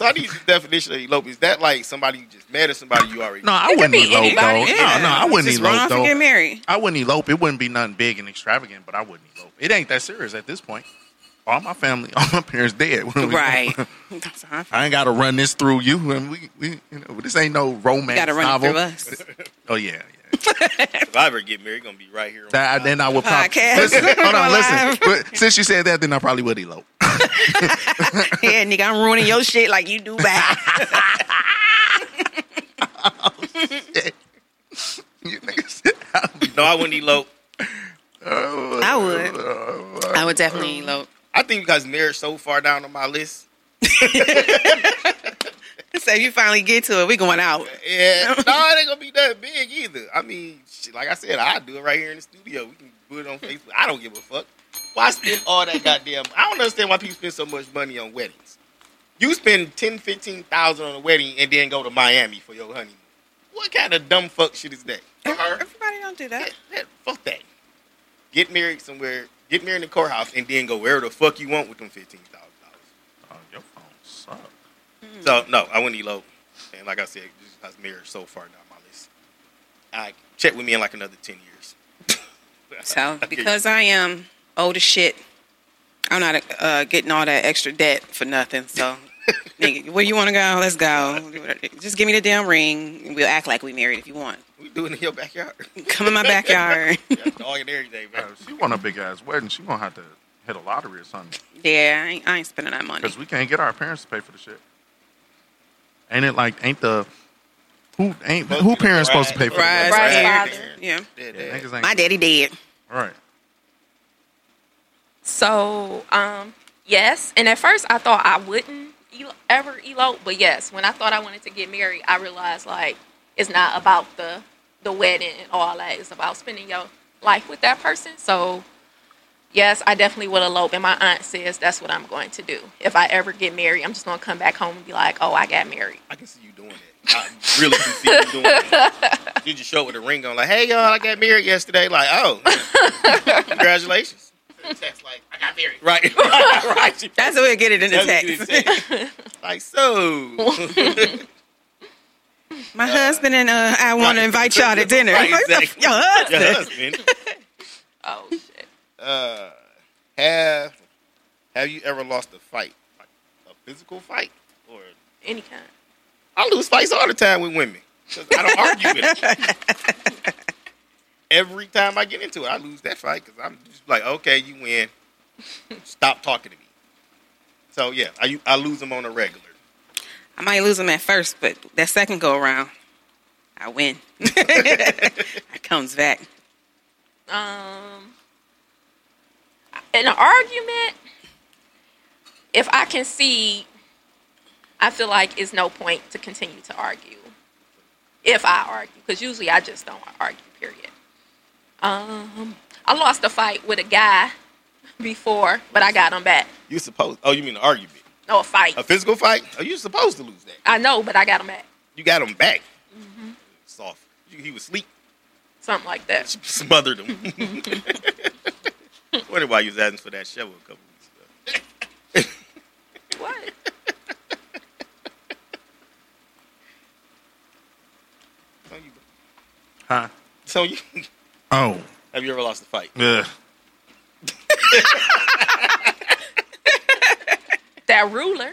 Speaker 4: I need the definition of elope. Is that like somebody you just met or somebody you already
Speaker 5: No, I
Speaker 6: It could
Speaker 5: wouldn't
Speaker 6: be
Speaker 5: elope
Speaker 6: anybody,
Speaker 5: though.
Speaker 3: yeah.
Speaker 5: No, no, I wouldn't
Speaker 3: Just run
Speaker 5: elope
Speaker 3: off and get
Speaker 5: though.
Speaker 3: married.
Speaker 5: I wouldn't elope. It wouldn't be nothing big and extravagant, but I wouldn't elope. It ain't that serious at this point. All my family, all my parents dead. What are we
Speaker 3: Right.
Speaker 5: doing?
Speaker 3: That's how I feel.
Speaker 5: I ain't got to run this through you, and we, we you know, this ain't no
Speaker 3: You
Speaker 5: romance
Speaker 3: gotta run it
Speaker 5: novel.
Speaker 3: through us.
Speaker 5: Oh yeah, yeah.
Speaker 4: If I ever get married, gonna be right here. On
Speaker 5: That, then I would probably
Speaker 3: Podcast.
Speaker 5: listen. Hold on,
Speaker 3: Go
Speaker 5: listen.
Speaker 3: live.
Speaker 5: But since you said that, then I probably would elope.
Speaker 3: yeah, nigga, I'm ruining your shit like you do back.
Speaker 5: You niggas-
Speaker 4: no, I wouldn't elope.
Speaker 3: I would. I would definitely elope.
Speaker 4: I think because marriage so far down on my list.
Speaker 3: So if you finally get to it, we going out.
Speaker 4: Yeah, no, it ain't gonna be that big either. I mean, shit, like I said, I do it right here in the studio. We can put it on Facebook. I don't give a fuck. Why spend all that goddamn? I don't understand why people spend so much money on weddings. You spend ten, fifteen thousand on a wedding and then go to Miami for your honeymoon. What kind of dumb fuck shit is that?
Speaker 3: Everybody don't do that.
Speaker 4: That- that- fuck that. Get married somewhere Get married in the courthouse and then go wherever the fuck you want with them fifteen thousand dollars.
Speaker 5: Oh, your phone sucks.
Speaker 3: Mm.
Speaker 4: So no, I wouldn't elope. And like I said, this is marriage so far down my list. I check with me in like another ten years.
Speaker 3: So because I am old as shit, I'm not uh, getting all that extra debt for nothing. So, nigga, where you want to go? Let's go. Just give me the damn ring, and we'll act like we married if you want.
Speaker 4: we doing it in your backyard.
Speaker 3: Come in my backyard.
Speaker 4: Yeah, dog and everything, man.
Speaker 5: Uh, she want a big ass wedding. She gonna have to hit a lottery or something
Speaker 3: yeah, I ain't, I ain't spending that money.
Speaker 5: because we can't get our parents to pay for the shit. Ain't it like ain't the who ain't who parents supposed to pay for the
Speaker 3: Right.
Speaker 5: wedding?
Speaker 6: Bride's
Speaker 4: father.
Speaker 3: Yeah,
Speaker 4: Yeah,
Speaker 5: Yeah,
Speaker 4: yeah.
Speaker 5: niggas ain't-
Speaker 3: my daddy did.
Speaker 5: Right.
Speaker 6: So, um, yes. And at first, I thought I wouldn't el- ever elope, but yes, when I thought I wanted to get married, I realized like it's not about the the wedding and all that. It's about spending your life with that person. So, yes, I definitely will elope. And my aunt says that's what I'm going to do. If I ever get married, I'm just going to come back home and be like, oh, I got married.
Speaker 4: I can see you doing it. I really can see you doing it. You just show up with a ring on, like, hey, y'all, I got married yesterday. Like, oh, congratulations.
Speaker 7: Text like, I got married.
Speaker 4: Right. right.
Speaker 3: That's the way to get it in the
Speaker 4: That's what you
Speaker 3: text.
Speaker 4: said. like, so.
Speaker 3: My husband and uh, I want to
Speaker 4: Right.
Speaker 3: invite y'all to dinner.
Speaker 4: Right,
Speaker 3: What the f-
Speaker 4: exactly.
Speaker 3: Your husband.
Speaker 4: Your husband.
Speaker 6: Oh shit.
Speaker 4: Uh, have, have you ever lost a fight? Like, a physical fight? Or
Speaker 6: Any kind.
Speaker 4: I lose fights all the time with women. 'cause I don't argue with them. Every time I get into it, I lose that fight because I'm just like, okay, you win. Stop talking to me. So yeah, I I lose them on a regular.
Speaker 3: I might lose him at first, but that second go around, I win. I comes back.
Speaker 6: um in an argument if i can see i feel like it's no point to continue to argue if i argue because usually i just don't argue period um i lost a fight with a guy before but i got him back
Speaker 4: You supposed? Oh, you mean an argument?
Speaker 6: no a fight
Speaker 4: A physical fight? Oh, you supposed to lose that?
Speaker 6: i know but i got him back
Speaker 4: You got him back. Soft. You- He was asleep.
Speaker 6: something like that
Speaker 4: Smothered him. Wonder why you was asking for that shovel a couple weeks ago.
Speaker 6: what
Speaker 4: It's on you. bro.
Speaker 5: Huh?
Speaker 4: It's on you.
Speaker 5: Oh.
Speaker 4: Have you ever lost a fight?
Speaker 5: Yeah.
Speaker 6: that ruler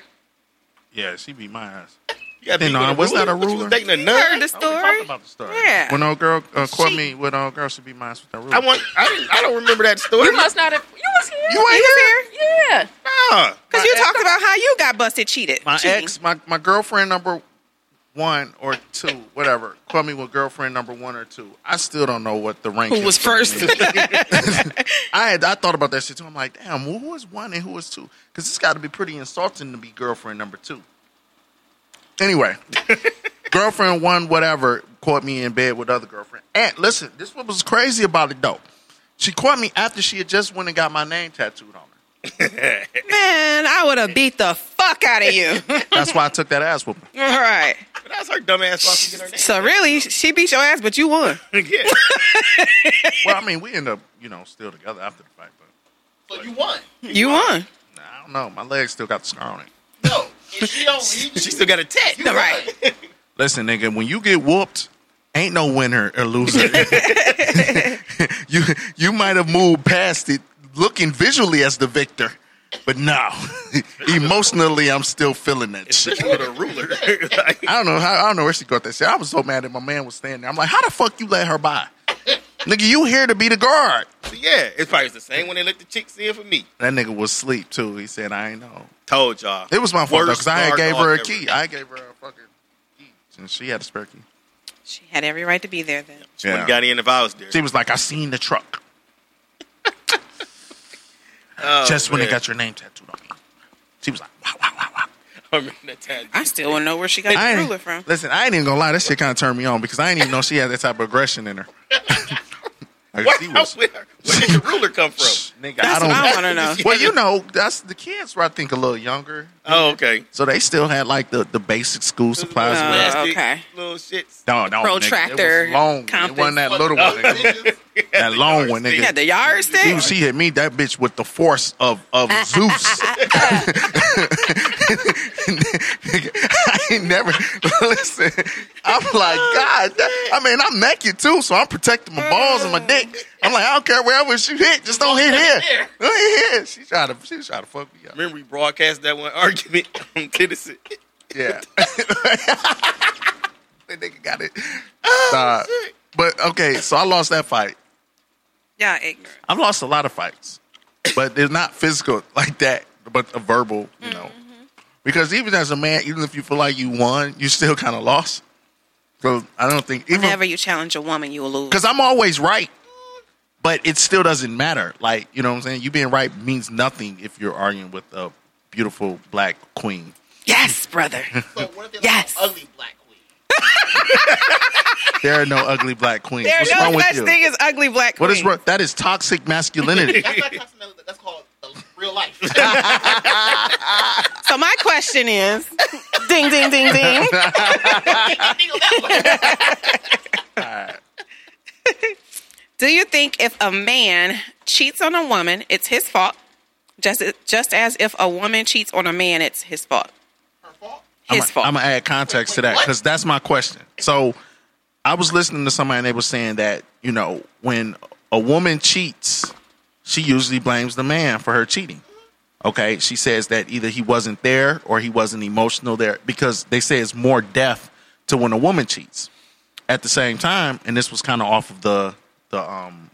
Speaker 5: Yeah. She beat my ass.
Speaker 4: You got
Speaker 5: Hey, nah, was that uh, a
Speaker 4: What, you
Speaker 5: ruler?
Speaker 4: was dating a
Speaker 3: Heard
Speaker 4: nun?
Speaker 3: the
Speaker 5: We talked
Speaker 3: story?
Speaker 5: about the story.
Speaker 3: Yeah.
Speaker 5: When old girl uh, caught
Speaker 3: She-
Speaker 5: me, when old girl should be mine with that rule.
Speaker 4: I want. I, didn't, I don't remember that story.
Speaker 6: you must not have you was here
Speaker 5: You ain't here.
Speaker 6: yeah
Speaker 4: Nah.
Speaker 3: Because you talked about how you got busted cheated.
Speaker 5: My
Speaker 3: cheating.
Speaker 5: ex, my, my girlfriend number one or two, whatever, caught me with girlfriend number one or two. I still don't know what the rank.
Speaker 3: Who
Speaker 5: is
Speaker 3: was
Speaker 5: for
Speaker 3: first?
Speaker 5: me. I had I thought about that shit too. I'm like, damn, well, who was one and who was two? Because it's got to be pretty insulting to be girlfriend number two. Anyway, girlfriend one, whatever, caught me in bed with other girlfriend. And listen, this what was crazy about it though. She caught me after she had just went and got my name tattooed on her.
Speaker 3: Man, I would have beat the fuck out of you. All
Speaker 5: That's why I took that ass whooping.
Speaker 3: right.
Speaker 4: But that's her dumb ass lost to get her
Speaker 3: So really, she beat your ass, but you won.
Speaker 4: name. yeah.
Speaker 5: Well, I mean, we end up, you know, still together after the fact, but
Speaker 7: So you won.
Speaker 3: You won.
Speaker 5: nah, I don't know. My leg still got the scar on it.
Speaker 7: No. And she don't leave
Speaker 4: She
Speaker 7: you.
Speaker 4: still got a tat.
Speaker 3: All right.
Speaker 5: Listen, nigga, when you get whooped, ain't no winner or loser. you you might have moved past it, looking visually as the victor, but no, emotionally, I'm still feeling that shit.
Speaker 4: Especially with a ruler. Like,
Speaker 5: I don't know how I don't know where she got that shit. I was so mad that my man was standing there. I'm like, how the fuck you let her by? Nigga, you here to be the guard.
Speaker 4: yeah, it's probably the same when they let the chicks in for me.
Speaker 5: That nigga was asleep too. He said, I ain't know.
Speaker 4: Told y'all.
Speaker 5: It was my fault though,
Speaker 4: Worst
Speaker 5: because I had
Speaker 4: guard
Speaker 5: gave her a
Speaker 4: dog ever.
Speaker 5: key. I gave her a fucking key. And she had a spare key.
Speaker 3: She had every right to be there then.
Speaker 4: She wouldn't
Speaker 5: Yeah.
Speaker 4: got in if I was there.
Speaker 5: She was like, I seen the truck. just when they
Speaker 4: Oh, man.
Speaker 5: got your name tattooed on me. She was like, wow, wow, wow, wow.
Speaker 4: I remember that time.
Speaker 3: I still want to know where she got
Speaker 5: I
Speaker 3: the
Speaker 5: ain't-
Speaker 3: ruler from.
Speaker 5: Listen, I ain't even gonna lie, that shit kinda turned me on because I didn't even know she had that type of aggression in her. I can
Speaker 4: Why,
Speaker 5: see
Speaker 4: where,
Speaker 5: what's-
Speaker 4: where did the ruler come from?
Speaker 5: Nigga, I don't.
Speaker 3: I wanna know.
Speaker 5: Well, you know, that's the kids were I think a little younger,
Speaker 4: Oh, okay.
Speaker 5: so they still had like the, the basic school supplies.
Speaker 3: Uh,
Speaker 5: with-
Speaker 4: Plastic
Speaker 3: okay.
Speaker 4: Little shits. Oh,
Speaker 5: No, no,
Speaker 3: protractor,
Speaker 5: Nigga, it was long. one. It
Speaker 3: compass.
Speaker 5: wasn't that little one. Nigga. That long one,
Speaker 3: You
Speaker 5: nigga.
Speaker 3: had the yard
Speaker 5: He,
Speaker 3: stick?
Speaker 5: was- he hit me that bitch with the force of of Zeus. I ain't never listen. I'm like God. that- I mean, I'm naked too, so I'm protecting my balls and my dick. I'm like, I don't care wherever she hit, just don't hit here. Don't hit here. She tried to she tried to fuck me up.
Speaker 4: Remember we broadcast that one argument on Tennessee.
Speaker 5: Yeah. that nigga got it. Nah. but okay, so I lost that fight.
Speaker 3: Y'all ignorant.
Speaker 5: I've lost a lot of fights, but they're not physical like that, but a verbal,
Speaker 3: Mm-hmm.
Speaker 5: you know. Because even as a man, even if you feel like you won, you still kind of lost. So I don't think
Speaker 3: Whenever
Speaker 5: even
Speaker 3: you challenge a woman, you will lose.
Speaker 5: because I'm always right, but it still doesn't matter. Like you know what I'm saying? You being right means nothing if you're arguing with a beautiful black queen.
Speaker 3: Yes, brother.
Speaker 7: But what if they're
Speaker 3: Yes.
Speaker 7: like an ugly black queen?
Speaker 5: There are no ugly black queens.
Speaker 3: There's
Speaker 5: What's
Speaker 3: no
Speaker 5: wrong with
Speaker 3: such
Speaker 5: you?
Speaker 3: thing as ugly black
Speaker 5: what is
Speaker 3: queen.
Speaker 5: wrong? That is toxic masculinity.
Speaker 7: That's not toxic. male- That's called the real life.
Speaker 3: So my question is, ding, ding, ding, ding.
Speaker 7: Think of that one.
Speaker 3: Do you think if a man cheats on a woman, it's his fault? Just just as if a woman cheats on a man, it's his fault.
Speaker 7: Her fault.
Speaker 3: His
Speaker 5: I'm,
Speaker 3: fault.
Speaker 5: I'm gonna add context to
Speaker 7: Wait,
Speaker 5: that
Speaker 7: what?
Speaker 5: because that's my question. So, I was listening to somebody and they were saying that you know when a woman cheats, she usually blames the man for her cheating. Okay, she says that either he wasn't there or he wasn't emotional there because they say it's more death to when a woman cheats. At the same time, and this was kind of off of the the um,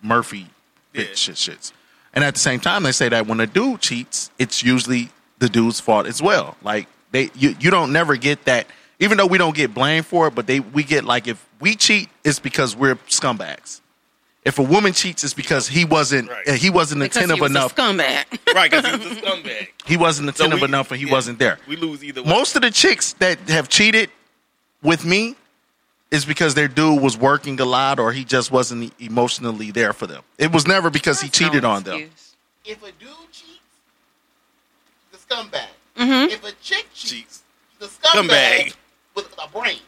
Speaker 5: Murphy
Speaker 4: Yeah.
Speaker 5: shit shits. And at the same time, they say that when a dude cheats, it's usually the dude's fault as well. Like they, you, you don't never get that. Even though we don't get blamed for it, but they we get like if we cheat, it's because we're scumbags. If a woman cheats, it's because he wasn't
Speaker 4: Right.
Speaker 5: uh, he wasn't
Speaker 3: Because
Speaker 5: attentive
Speaker 3: he was
Speaker 5: enough.
Speaker 3: a scumbag.
Speaker 4: Right, because he was a scumbag.
Speaker 5: he wasn't
Speaker 4: So
Speaker 5: attentive
Speaker 4: we-
Speaker 5: enough, and he
Speaker 4: yeah,
Speaker 5: wasn't there.
Speaker 4: We lose either way.
Speaker 5: Most of the chicks that have cheated with me is because their dude was working a lot, or he just wasn't emotionally there for them. It was never because he
Speaker 3: That's no
Speaker 5: cheated on them.
Speaker 3: excuse.
Speaker 7: If a dude cheats, the scumbag.
Speaker 5: Mm-hmm.
Speaker 7: If a chick cheats,
Speaker 4: Cheats.
Speaker 7: the scumbag,
Speaker 4: Scumbag.
Speaker 7: with a brain.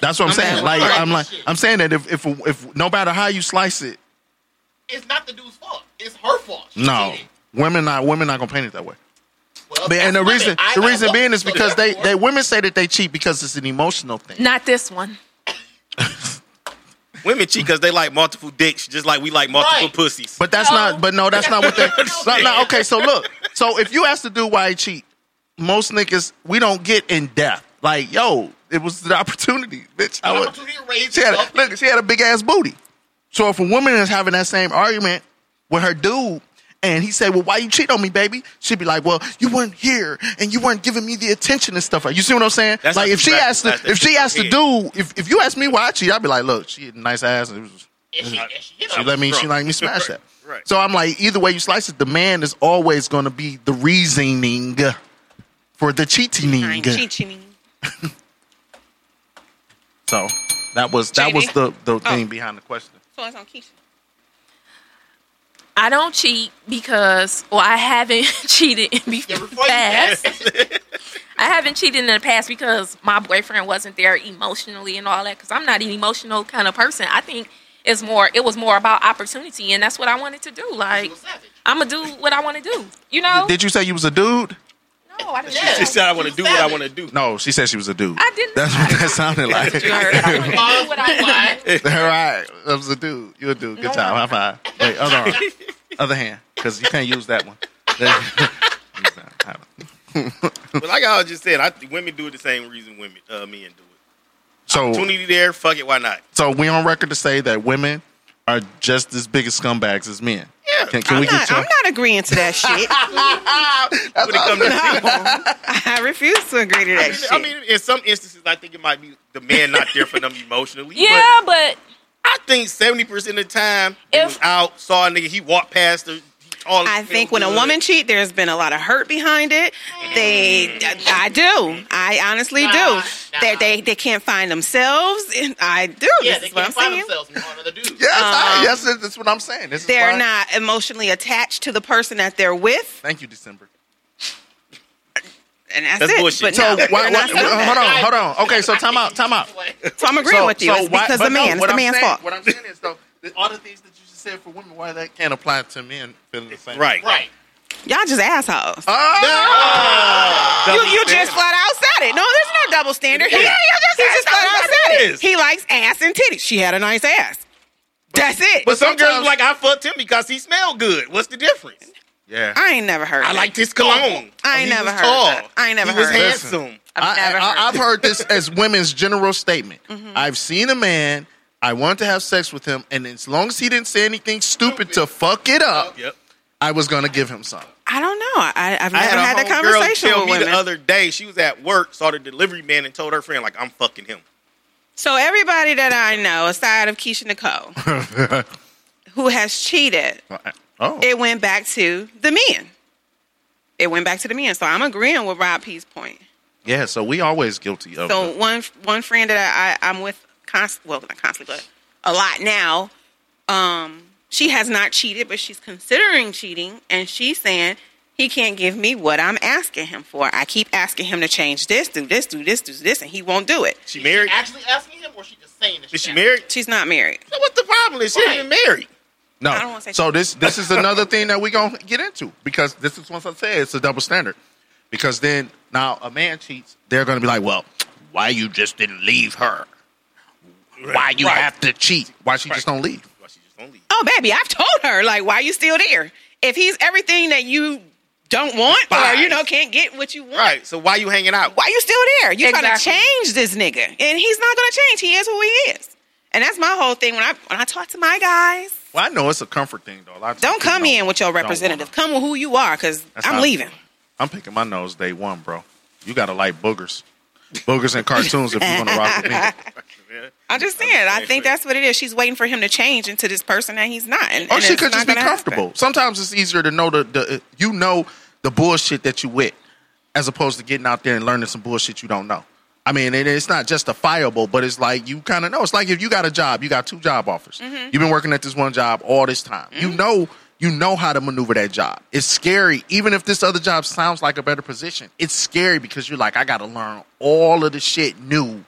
Speaker 5: That's what I'm
Speaker 7: I'm
Speaker 5: saying.
Speaker 7: saying,
Speaker 5: Like
Speaker 7: right.
Speaker 5: I'm like I'm saying that if if if no matter how you slice it,
Speaker 7: It's not the dude's fault. It's her fault. She
Speaker 5: no,
Speaker 7: cheated.
Speaker 5: women not women not gonna paint it that way.
Speaker 7: Well,
Speaker 5: But, and the
Speaker 7: that's women.
Speaker 5: reason
Speaker 7: I
Speaker 5: the
Speaker 7: know
Speaker 5: reason
Speaker 7: what-
Speaker 5: being is because they
Speaker 7: therefore,
Speaker 5: they women say that they cheat because it's an emotional thing.
Speaker 6: Not this one.
Speaker 4: Women cheat because they like multiple dicks, just like we like multiple
Speaker 7: Right.
Speaker 4: pussies.
Speaker 5: But that's
Speaker 6: No.
Speaker 5: not. But no, that's not what they. no, no, okay, so look. So if you ask the dude why he cheat, most niggas we don't get in depth. Like yo, it was the opportunity, bitch. I was,
Speaker 7: opportunity to raise
Speaker 5: she had a,
Speaker 7: yourself.
Speaker 5: look. She had a big ass booty. So if a woman is having that same argument with her dude. And he say, "Well, why you cheat on me, baby?" She'd be like, "Well, you weren't here, and you weren't giving me the attention and stuff." like- You see what I'm saying?
Speaker 4: That's
Speaker 5: like
Speaker 4: how
Speaker 5: if she
Speaker 4: people act
Speaker 5: asked, the,
Speaker 4: like that
Speaker 5: if she
Speaker 4: shit
Speaker 5: asked the
Speaker 4: in
Speaker 5: dude, if, if you asked me why I cheat, I'd be like, "Look, she had a nice ass, and it was
Speaker 7: and she, and she, hit
Speaker 5: she
Speaker 7: her.
Speaker 5: let me.
Speaker 4: Right.
Speaker 5: She let me smash that.
Speaker 4: Right, right.
Speaker 5: So I'm like, either way you slice it, the man is always going to be the reasoning for the
Speaker 3: I
Speaker 5: cheating.
Speaker 3: ain't cheating.
Speaker 5: So that was that was the the thing
Speaker 3: Oh.
Speaker 5: behind the question.
Speaker 3: So it's on Keisha.
Speaker 6: I don't cheat because, well, I haven't cheated in
Speaker 7: Yeah,
Speaker 6: the
Speaker 7: before you
Speaker 6: past.
Speaker 7: ask,
Speaker 6: I haven't cheated in the past because my boyfriend wasn't there emotionally and all that. Because I'm not an emotional kind of person. I think it's more. It was more about opportunity, and that's what I wanted to do.
Speaker 7: she
Speaker 6: Like
Speaker 7: was savage.
Speaker 6: I'm gonna do what I want to do. You know?
Speaker 5: Did you say you was a dude?
Speaker 6: no, I didn't.
Speaker 7: Yeah.
Speaker 4: She said, "I want to
Speaker 7: She
Speaker 4: do
Speaker 7: was
Speaker 4: what I
Speaker 7: savage.
Speaker 4: want to do."
Speaker 5: No, she said she was a dude.
Speaker 6: I didn't.
Speaker 5: That's what that sounded like.
Speaker 3: You heard?
Speaker 6: I wanna do what I want.
Speaker 5: All right, that was a dude. You a dude. Good job. High five. Wait, other arm, other hand, because you can't use that one. Use that. I don't-
Speaker 4: But like I just said, I think women do it the same reason women, uh, men do it.
Speaker 5: So
Speaker 4: Opportunity there, fuck it, why not?
Speaker 5: So we on record to say that women are just as big as scumbags as men.
Speaker 4: Yeah.
Speaker 5: Can, can
Speaker 3: I'm,
Speaker 5: we
Speaker 3: not,
Speaker 5: get
Speaker 3: I'm
Speaker 5: you?
Speaker 3: not agreeing to that shit.
Speaker 4: When it comes to
Speaker 3: I refuse to agree to that
Speaker 4: I mean,
Speaker 3: shit.
Speaker 4: I mean, in some instances, I think it might be the man not there for them emotionally.
Speaker 6: Yeah, but
Speaker 4: but I think seventy percent of the time, if
Speaker 6: If-
Speaker 4: was out, saw a nigga, he walked past her, he All
Speaker 3: I think when a woman cheat, there's been a lot of hurt behind it. They, I do. I honestly
Speaker 7: Nah,
Speaker 3: do.
Speaker 7: nah.
Speaker 3: They, they they can't find themselves. And I do.
Speaker 7: Yeah,
Speaker 3: this
Speaker 7: they
Speaker 3: is what I'm
Speaker 7: can't find
Speaker 3: saying.
Speaker 7: themselves in front of the dude.
Speaker 5: Yes, I,
Speaker 3: Um,
Speaker 5: yes, that's what I'm saying. This is
Speaker 3: They're
Speaker 5: why-
Speaker 3: not emotionally attached to the person that they're with,
Speaker 5: Thank you, December.
Speaker 3: and that's,
Speaker 4: That's
Speaker 3: it.
Speaker 4: bullshit.
Speaker 3: But
Speaker 5: So
Speaker 3: no,
Speaker 5: why,
Speaker 3: we're
Speaker 5: why,
Speaker 3: Oh, not saying that.
Speaker 5: hold on, hold on. Okay, so time out, time out.
Speaker 3: So I'm agreeing with you. it's
Speaker 5: why-
Speaker 3: because
Speaker 5: but
Speaker 3: the man,
Speaker 5: what
Speaker 3: it's the
Speaker 5: I'm
Speaker 3: man's
Speaker 5: saying-
Speaker 3: fault.
Speaker 5: What I'm saying is though, the, all the things that you just said for women, why that can't apply to men feeling the same.
Speaker 4: Right.
Speaker 7: Right.
Speaker 3: Y'all just assholes.
Speaker 5: Uh, Oh,
Speaker 3: You, you just flat out said it. No, there's no double standard. He, he just, he just flat out said
Speaker 4: it
Speaker 3: it.
Speaker 4: is.
Speaker 3: He likes ass and titties. She had a nice ass. That's it.
Speaker 4: But some girls
Speaker 5: sometimes-
Speaker 4: like I fucked him because he smelled good. What's the difference?
Speaker 5: yeah.
Speaker 3: I ain't never heard.
Speaker 4: I
Speaker 3: that.
Speaker 4: liked his cologne.
Speaker 3: I ain't
Speaker 4: He
Speaker 3: never
Speaker 4: was
Speaker 3: heard
Speaker 4: tall.
Speaker 3: that. I ain't never
Speaker 4: he was
Speaker 3: heard that.
Speaker 4: handsome.
Speaker 3: I've never heard Mm-hmm.
Speaker 5: have heard this as women's general statement. I've seen a man. I wanted to have sex with him, and as long as he didn't say anything stupid to fuck it up,
Speaker 4: Yep.
Speaker 5: I was gonna give him some.
Speaker 3: I don't know. I, I've never
Speaker 4: I had,
Speaker 3: had,
Speaker 4: a
Speaker 3: that
Speaker 4: homegirl
Speaker 3: conversation
Speaker 4: tell
Speaker 3: with
Speaker 4: me
Speaker 3: women.
Speaker 4: the other day. She was at work, saw the delivery man, and told her friend like I'm fucking him.
Speaker 3: so everybody that I know, aside of Keisha Nicole, who has cheated,
Speaker 5: Oh,
Speaker 3: it went back to the men. It went back to the men. So I'm agreeing with Rob P's point.
Speaker 5: yeah. So we always guilty of.
Speaker 3: So
Speaker 5: it.
Speaker 3: one one friend that I, I I'm with const well not constantly but a lot now, um, she has not cheated, but she's considering cheating, and she's saying he can't give me what I'm asking him for. I keep asking him to change this, do this, do this, do this, and he won't do it.
Speaker 4: She married.
Speaker 7: Actually asking him, or she just saying that
Speaker 4: Is she
Speaker 7: asking
Speaker 4: married?
Speaker 3: She's not married.
Speaker 4: So what's the problem? Is she
Speaker 7: Right.
Speaker 4: even married?
Speaker 5: No.
Speaker 3: I don't wanna say
Speaker 5: so this this is another thing that we're gonna get into because this is once I say it's a double standard. Because then now a man cheats, they're gonna be like, Well, why you just didn't leave her? Why you
Speaker 4: Right.
Speaker 5: have to cheat? Why she just
Speaker 4: Right.
Speaker 5: don't leave?
Speaker 4: Well, she just only.
Speaker 3: Oh, baby, I've told her like, why you still there? If he's everything that you don't want,
Speaker 4: Despise.
Speaker 3: or you know can't get what you want,
Speaker 4: Right. So why you hanging out?
Speaker 3: why you still there? You trying to
Speaker 6: Exactly.
Speaker 3: change this nigga, and he's not gonna change. He is who he is, and that's my whole thing. When I when I talk to my guys,
Speaker 5: Well, I know it's a comfort thing though. A lot of
Speaker 3: don't
Speaker 5: times people
Speaker 3: come in with your
Speaker 5: don't wanna-
Speaker 3: representative. Come with who you are, because
Speaker 5: That's
Speaker 3: I'm
Speaker 5: how I
Speaker 3: leaving.
Speaker 5: feel. I'm picking my nose day one, bro. You gotta like boogers. Boogers and cartoons if you wanna rock with me.
Speaker 3: I'm just saying. I
Speaker 4: Right,
Speaker 3: think
Speaker 4: right.
Speaker 3: that's what it is. She's waiting for him to change into this person that he's not. And,
Speaker 5: Or
Speaker 3: and
Speaker 5: she
Speaker 3: it's
Speaker 5: could
Speaker 3: not
Speaker 5: just be
Speaker 3: gonna happen.
Speaker 5: comfortable. Sometimes it's easier to know the, the you know the bullshit that you with, as opposed to getting out there and learning some bullshit you don't know. I mean, it, it's not justifiable, but it's like you kind of know. It's like if you got a job, you got two job offers.
Speaker 3: Mm-hmm.
Speaker 5: You've been working at this one job all this time. You know, you know how to maneuver that job. It's scary, even if this other job sounds like a better position. It's scary because you're like, I got to learn all of the shit new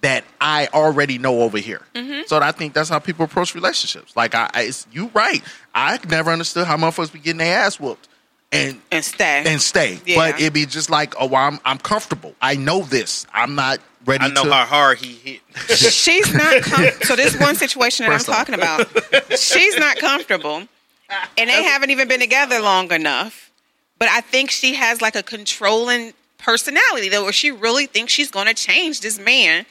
Speaker 5: that I already know over here.
Speaker 3: Mm-hmm.
Speaker 5: So I think that's how people approach relationships. Like I, I it's, you right. I never understood how motherfuckers be getting their ass whooped and
Speaker 3: And stay.
Speaker 5: and stay,
Speaker 3: Yeah.
Speaker 5: but it'd be just like, oh, well, I'm I'm comfortable. I know this. I'm not ready.
Speaker 4: I know
Speaker 5: to,
Speaker 4: how hard he hit.
Speaker 3: she's not com- so this one situation that
Speaker 5: First
Speaker 3: i'm
Speaker 5: off.
Speaker 3: talking about she's not comfortable and they haven't even been together long enough but i think she has like a controlling personality though where she really thinks she's going to change this man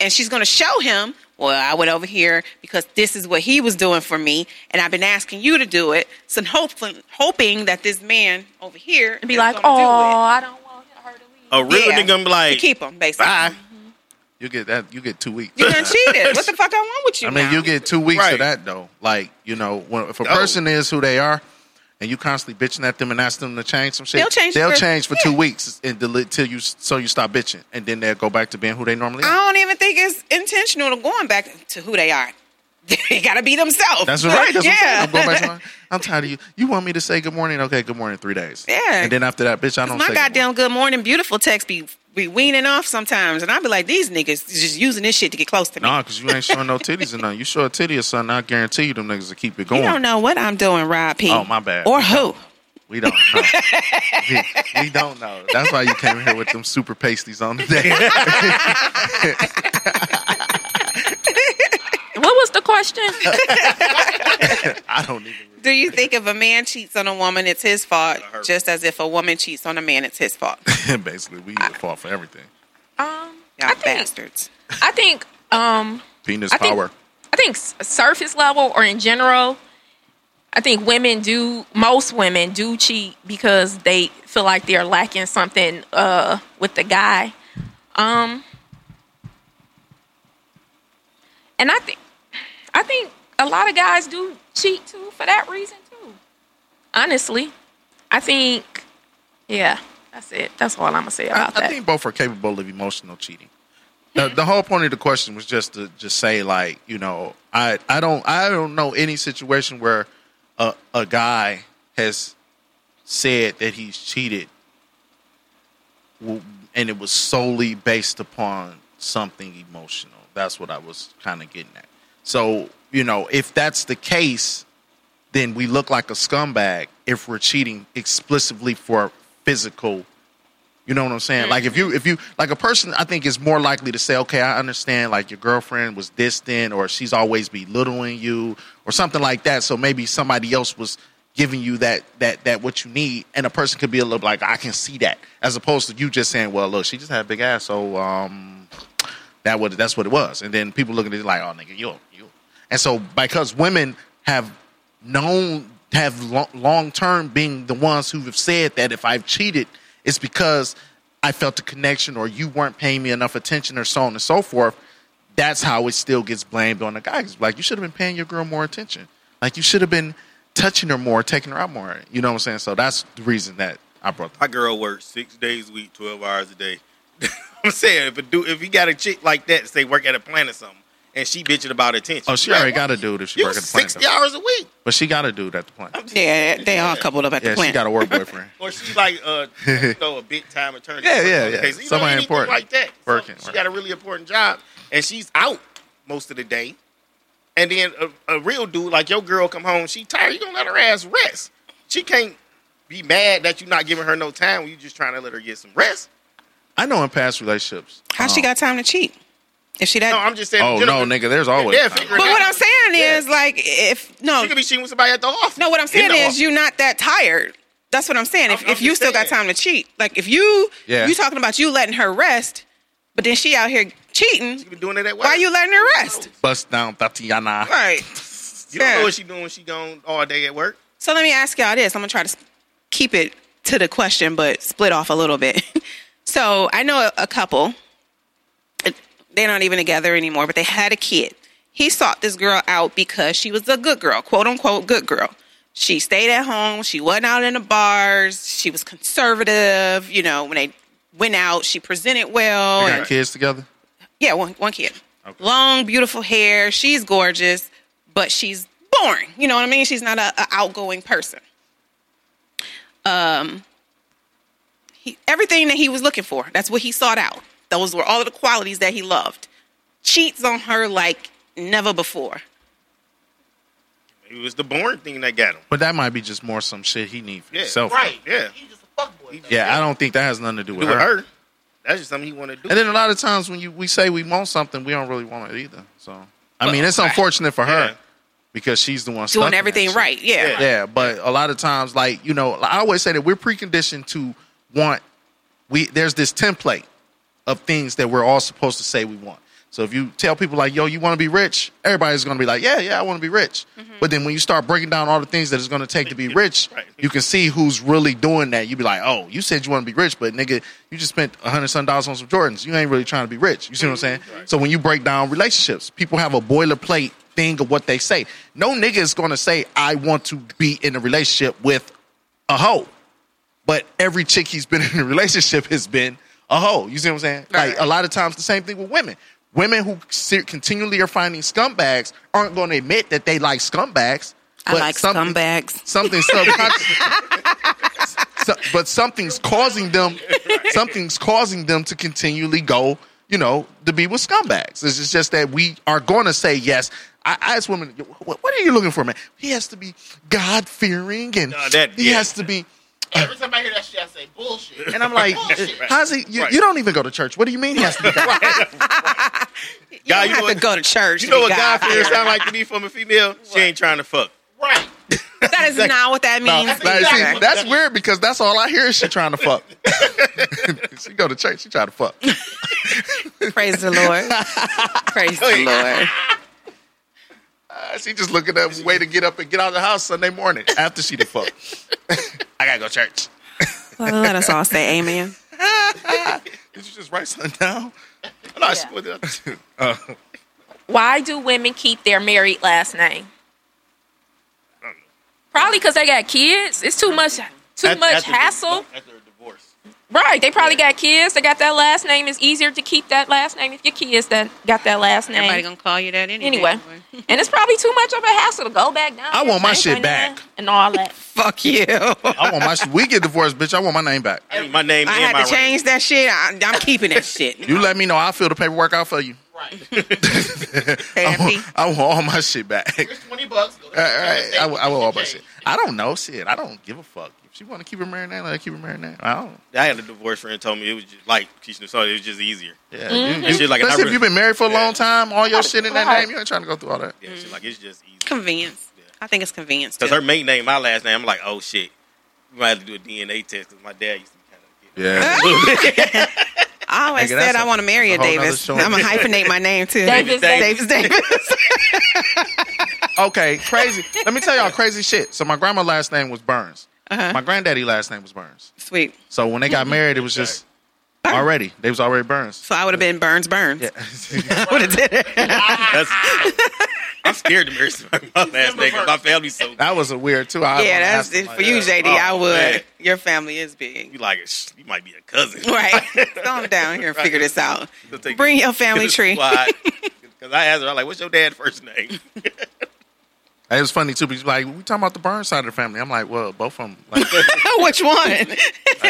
Speaker 3: and she's going to show him well i went over here because this is what he was doing for me and i've been asking you to do it so hoping, hoping that this man over here
Speaker 6: And be
Speaker 3: is
Speaker 6: like, oh,
Speaker 3: gonna do it."
Speaker 6: I don't want her to leave.
Speaker 4: A real
Speaker 3: Yeah.
Speaker 4: nigga gonna be
Speaker 3: to
Speaker 4: like,
Speaker 3: keep him basically
Speaker 4: bye.
Speaker 5: You get that. You get two weeks.
Speaker 3: you done cheated what the fuck i want with you
Speaker 5: I mean,
Speaker 3: now?
Speaker 5: you get two weeks
Speaker 4: Right.
Speaker 5: of that though. Like you know, when, if a
Speaker 4: Oh.
Speaker 5: person is who they are, and you constantly bitching at them and ask them to change some shit,
Speaker 3: They'll change
Speaker 5: They'll
Speaker 3: for-
Speaker 5: change for two weeks until you so you stop bitching, and then they'll go back to being who they normally are.
Speaker 3: I don't even think it's intentional to going back to who they are. they gotta be themselves.
Speaker 5: That's right. That's
Speaker 3: yeah.
Speaker 5: what I'm, saying. I'm going back to my, I'm tired of you. You want me to say good morning? Okay, good morning. Three days.
Speaker 3: Yeah.
Speaker 5: And then after that, bitch, I don't.
Speaker 3: my
Speaker 5: say
Speaker 3: goddamn good morning, beautiful text be be weaning off sometimes, and I be like, these niggas is just using this shit to get close to me.
Speaker 5: No, because you ain't showing no titties or nothing. You show a titty or something, I guarantee you them niggas will keep
Speaker 3: you
Speaker 5: it going.
Speaker 3: don't know what I'm doing, Rob P.
Speaker 5: Oh, my bad.
Speaker 3: Or who?
Speaker 5: We don't know. we, we don't know. That's why you came here with them super pasties on today.
Speaker 6: What was the question?
Speaker 5: I don't even.
Speaker 3: Do you think if a man cheats on a woman, it's his fault,
Speaker 4: I heard.
Speaker 3: just as if a woman cheats on a man, it's his fault?
Speaker 5: Basically, we would fall for everything.
Speaker 6: um,
Speaker 3: Y'all
Speaker 6: I think.
Speaker 3: bastards.
Speaker 6: I think. Um,
Speaker 5: Penis
Speaker 6: I think-
Speaker 5: power.
Speaker 6: I think s- surface level or in general, I think women do most women do cheat because they feel like they're lacking something uh, with the guy. Um, and I think I think a lot of guys do cheat too for that reason too. Honestly, I think, yeah, that's it. That's all I'm gonna say
Speaker 5: I,
Speaker 6: about
Speaker 5: I
Speaker 6: that.
Speaker 5: think both are capable of emotional cheating. The, the whole point of the question was just to just say like you know I I don't I don't know any situation where a a guy has said that he's cheated, w- and it was solely based upon something emotional. That's what I was kind of getting at. So you know if that's the case, then we look like a scumbag if we're cheating explicitly for physical you know what I'm saying? Like if you if you like a person, I think is more likely to say, okay, I understand. Like your girlfriend was distant, or she's always belittling you, or something like that. So maybe somebody else was giving you that that that what you need, and a person could be a little like, I can see that, as opposed to you just saying, well, look, she just had a big ass, so um, that what that's what it was. And then people looking at it like, oh nigga, you you. And so because women have known have long term being the ones who have said that if I've cheated, it's because I felt a connection or you weren't paying me enough attention or so on and so forth. That's how it still gets blamed on the guy. It's like you should have been paying your girl more attention. Like you should have been touching her more, taking her out more. You know what I'm saying? So that's the reason that I brought that.
Speaker 4: My girl works six days a week, twelve hours a day. I'm saying if a dude, if he got a chick like that, say work at a plant or something, and she bitching about attention.
Speaker 5: Oh, she
Speaker 4: Like,
Speaker 5: already
Speaker 4: what?
Speaker 5: got a dude if she
Speaker 4: You
Speaker 5: work at the plant.
Speaker 4: sixty
Speaker 5: though.
Speaker 4: hours a week,
Speaker 5: But she got a dude at the plant.
Speaker 3: Yeah, they all coupled up at
Speaker 5: Yeah,
Speaker 3: the
Speaker 5: she
Speaker 3: plant.
Speaker 5: got a work boyfriend.
Speaker 4: or she like uh, you know, a big time attorney.
Speaker 5: Yeah, yeah, yeah.
Speaker 4: Okay, so you know,
Speaker 5: Somebody
Speaker 4: anything
Speaker 5: important.
Speaker 4: like that. So
Speaker 5: Working,
Speaker 4: she
Speaker 5: working.
Speaker 4: got a really important job, and she's out most of the day. And then a, a real dude like your girl come home, she tired. You gonna let her ass rest? She can't be mad that you're not giving her no time. when You just trying to let her get some rest.
Speaker 5: I know in past relationships.
Speaker 3: How she
Speaker 5: um,
Speaker 3: got time to cheat? If she that.
Speaker 4: No, I'm just saying.
Speaker 5: Oh no,
Speaker 4: gentlemen,
Speaker 5: nigga, there's always
Speaker 4: Yeah,
Speaker 5: time.
Speaker 4: figure it
Speaker 3: but what I'm saying
Speaker 4: Yeah.
Speaker 3: is, like, if no,
Speaker 4: She could be cheating with somebody at the office.
Speaker 3: no, what I'm
Speaker 4: In
Speaker 3: saying
Speaker 4: the
Speaker 3: is,
Speaker 4: office.
Speaker 3: you're not that tired. That's what I'm saying. If,
Speaker 4: I'm- I'm
Speaker 3: if you
Speaker 4: just
Speaker 3: still got
Speaker 4: saying.
Speaker 3: time to cheat, like if you
Speaker 5: Yeah.
Speaker 3: you talking about you letting her rest, but then she out here cheating.
Speaker 4: She been doing it at work.
Speaker 3: Why you letting her rest?
Speaker 5: Bust down Tatiana.
Speaker 3: Right.
Speaker 4: You don't
Speaker 3: Yeah.
Speaker 4: know what she doing when she gone all day at work.
Speaker 3: So let me ask y'all this. I'm gonna try to s- keep it to the question, but split off a little bit. so I know a, a couple. it- They're not even together anymore, but they had a kid. He sought this girl out because she was a good girl, quote unquote good girl. She stayed at home. She wasn't out in the bars. She was conservative. You know, when they went out, she presented well.
Speaker 5: They
Speaker 3: and-
Speaker 5: got kids together.
Speaker 3: yeah, one one kid. Long, beautiful hair. She's gorgeous, but she's boring. You know what I mean? She's not a, a outgoing person. Um, he, everything that he was looking for, that's what he sought out. Those were all of the qualities that he loved. Cheats on her like never before.
Speaker 4: It was the boring thing that got him.
Speaker 5: But that might be just more some shit he need for
Speaker 4: Yeah,
Speaker 5: himself.
Speaker 4: right. Yeah,
Speaker 7: He's just a fuckboy. though.
Speaker 5: Yeah, I don't think that has nothing to do
Speaker 4: do
Speaker 5: with
Speaker 4: with
Speaker 5: her.
Speaker 4: her. That's just something he want to do.
Speaker 5: And then a lot of times when you we say we want something, we don't really want it either. So I mean, it's unfortunate for her
Speaker 4: Yeah.
Speaker 5: because she's the one stuck in
Speaker 3: Doing
Speaker 5: that
Speaker 3: everything
Speaker 5: shit.
Speaker 3: right. Yeah.
Speaker 5: Yeah, but a lot of times, like you know, I always say that we're preconditioned to want. We there's this template of things that we're all supposed to say we want. So if you tell people like, "Yo, you want to be rich," everybody's going to be like, "Yeah, yeah, I want to be rich." But then when you start breaking down all the things that it's going to take to be rich,
Speaker 4: Right.
Speaker 5: you can see who's really doing that. You be like, "Oh, you said you want to be rich, but nigga, you just spent a hundred some dollars on some Jordans. You ain't really trying to be rich." You see what I'm saying? So when you break down relationships, people have a boilerplate thing of what they say. No nigga is going to say, "I want to be in a relationship with a hoe." but every chick he's been in a relationship has been a hoe. You see what I'm saying?
Speaker 3: Right.
Speaker 5: Like a lot of times, the same thing with women. Women who se- continually are finding scumbags aren't going to admit that they like scumbags.
Speaker 3: I
Speaker 5: but
Speaker 3: like
Speaker 5: something-
Speaker 3: scumbags.
Speaker 5: Something subconscious. so, but something's causing them. Something's causing them to continually go. You know, to be with scumbags. It's just, just that we are going to say yes. I, I ask women, what, what are you looking for, man? He has to be God fearing, and
Speaker 4: No, that-
Speaker 5: he
Speaker 4: yeah.
Speaker 5: has to be.
Speaker 7: Every time I hear that shit, I say bullshit.
Speaker 5: And I'm like,
Speaker 7: Bullshit.
Speaker 5: how's he? You, you don't even go to church. What do you mean he has to be God?
Speaker 3: You
Speaker 4: Guy,
Speaker 3: don't
Speaker 4: you know
Speaker 3: have to
Speaker 4: what-
Speaker 3: go to church.
Speaker 4: You know
Speaker 3: to
Speaker 4: what
Speaker 3: be
Speaker 4: God
Speaker 3: God-fearing.
Speaker 4: fears sound like to me from a female? She ain't trying to fuck.
Speaker 7: right.
Speaker 3: That is not what that means.
Speaker 5: Like, see,
Speaker 3: either.
Speaker 5: that's weird because that's all I hear is she trying to fuck. she go to church, she trying to fuck.
Speaker 3: Praise the Lord. Praise the Lord.
Speaker 5: Uh, she just looking at a way to get up and get out of the house Sunday morning after she done fuck. I gotta go to church.
Speaker 3: Well, let us all say amen.
Speaker 5: Did you just write something down?
Speaker 4: No, she put it up.
Speaker 6: Why do women keep their married last name? Probably because they got kids. It's too much, too
Speaker 4: After-
Speaker 6: much
Speaker 4: after the-
Speaker 6: hassle.
Speaker 4: After a divorce.
Speaker 6: Right. They probably got kids. They got that last name. It's easier to keep that last name if your kids that got that last name.
Speaker 3: Everybody gonna call you that anyway.
Speaker 6: anyway, and it's probably too much of a hassle to go back down.
Speaker 5: I want my
Speaker 6: change
Speaker 5: shit
Speaker 6: your name
Speaker 5: back.
Speaker 6: and all that.
Speaker 3: Fuck you. I
Speaker 5: I want my shit. We get divorced, bitch. I want my name back.
Speaker 4: I need my name and my
Speaker 3: had to
Speaker 4: ring.
Speaker 3: change that shit. I, I'm keeping that shit.
Speaker 5: You let me know. I'll fill the paperwork out for you. I,
Speaker 3: Happy.
Speaker 5: want, I want all my shit back.
Speaker 7: Here's twenty bucks. Go to
Speaker 5: All right, I, will- I will all my
Speaker 7: Okay.
Speaker 5: shit. I don't know shit. I don't give a fuck. If she want to keep her married now, let her keep her married now. I don't.
Speaker 4: I had a divorce friend told me it was just like Keisha Sony, it was just easier.
Speaker 5: Yeah,
Speaker 4: That shit like
Speaker 5: especially
Speaker 4: I
Speaker 5: if you've been married for a
Speaker 4: Yeah.
Speaker 5: long time, all your shit in that
Speaker 6: Right.
Speaker 5: name, you ain't trying to go through all that.
Speaker 4: Yeah, shit like it's just easy.
Speaker 3: Convenience. I think it's convenience.
Speaker 4: Because
Speaker 3: too.
Speaker 4: her maiden name, my last name, I'm like, oh shit, we might have to do a DNA test because my dad used to kind
Speaker 5: Yeah,
Speaker 4: of. Get
Speaker 3: I always
Speaker 5: Nigga, that's
Speaker 3: said I
Speaker 5: a-
Speaker 3: want to marry a
Speaker 5: that's a whole nother
Speaker 3: Davis.
Speaker 5: show.
Speaker 3: I'm gonna hyphenate my name too.
Speaker 6: Davis,
Speaker 3: Davis. Davis.
Speaker 5: okay, crazy. Let me tell y'all crazy shit. So my grandma last name was Burns.
Speaker 3: Uh-huh.
Speaker 5: My granddaddy last name was Burns.
Speaker 3: Sweet.
Speaker 5: So when they got married, it was just already. They was already Burns.
Speaker 3: So I would have been Burns Burns.
Speaker 5: Yeah.
Speaker 3: I would have did it.
Speaker 4: That's- I'm scared to marry somebody my last name because my family's so.
Speaker 5: that was a weird too. I
Speaker 3: yeah,
Speaker 5: wouldn't
Speaker 3: that's
Speaker 5: ask them
Speaker 3: it
Speaker 5: like
Speaker 3: for you,
Speaker 5: that.
Speaker 3: JD. I
Speaker 4: Oh,
Speaker 3: would.
Speaker 4: man.
Speaker 3: Your family is
Speaker 4: You
Speaker 3: big.
Speaker 4: like, "Shh, you might be a cousin,
Speaker 3: Right. Come down here and figure this out. Bring your family tree.
Speaker 4: Because I asked her, I'm like, what's your dad's first name?
Speaker 5: It was funny too because like we talking about the Burns side of the family. I'm like, well, both of them. Like,
Speaker 3: Which one?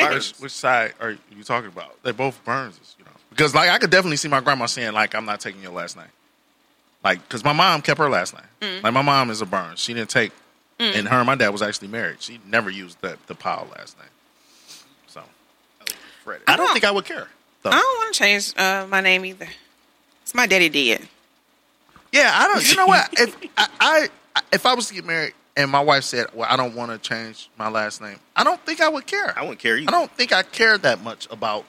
Speaker 5: Like, which, which side are you talking about? They're both Burns, you know. Because like I could definitely see my grandma saying like I'm not taking your last name, like because my mom kept her last name. Like my mom is a Burns. She didn't take, and her and my dad was actually married. She never used the the Powell last name. So
Speaker 4: Freddy.
Speaker 5: I don't think I would care. Though.
Speaker 3: I don't want to change uh, my name either. It's my daddy did.
Speaker 5: Yeah, I don't. You know what? If I, I if I was to get married and my wife said, "Well, I don't want to change my last name," I don't think I would care.
Speaker 4: I wouldn't care either.
Speaker 5: I don't think I care that much about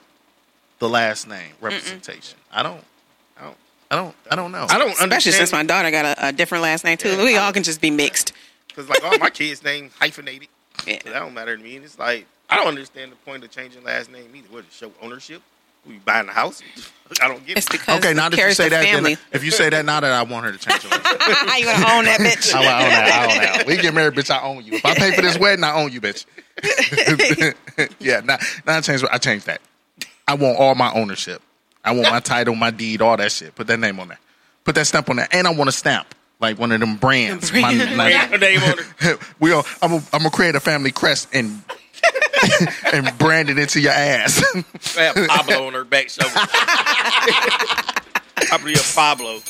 Speaker 5: the last name representation. I don't. I don't. I don't. I don't know.
Speaker 4: I don't
Speaker 3: Especially
Speaker 4: understand.
Speaker 3: since my daughter got a, a different last name too.
Speaker 4: Yeah.
Speaker 3: we all can just be mixed.
Speaker 4: Because like all my kids' names hyphenated.
Speaker 3: Yeah.
Speaker 4: So that don't matter to me. And it's like I don't understand the point of changing last name either. What to show ownership? We buying the house? I don't get
Speaker 3: It's
Speaker 4: it.
Speaker 3: because
Speaker 5: okay, now
Speaker 3: it
Speaker 5: that you
Speaker 3: carries
Speaker 5: say
Speaker 3: the
Speaker 5: that,
Speaker 3: family.
Speaker 5: then, if you say that now that I want her to change her. last name.
Speaker 3: you gonna own that bitch?
Speaker 5: I, I own that. I own that. We get married, bitch. I own you. If I pay for this wedding, I own you, bitch. yeah, now, now I changed. I changed that. I want all my ownership. I want my title, my deed, all that shit. Put that name on there. Put that stamp on there, and I want a stamp like one of them brands. My- like-
Speaker 4: Brand name owner.
Speaker 5: we all, I'm gonna I'm gonna create a family crest and and brand it into your ass.
Speaker 4: I have Pablo on her back shoulder. Probably a Pablo.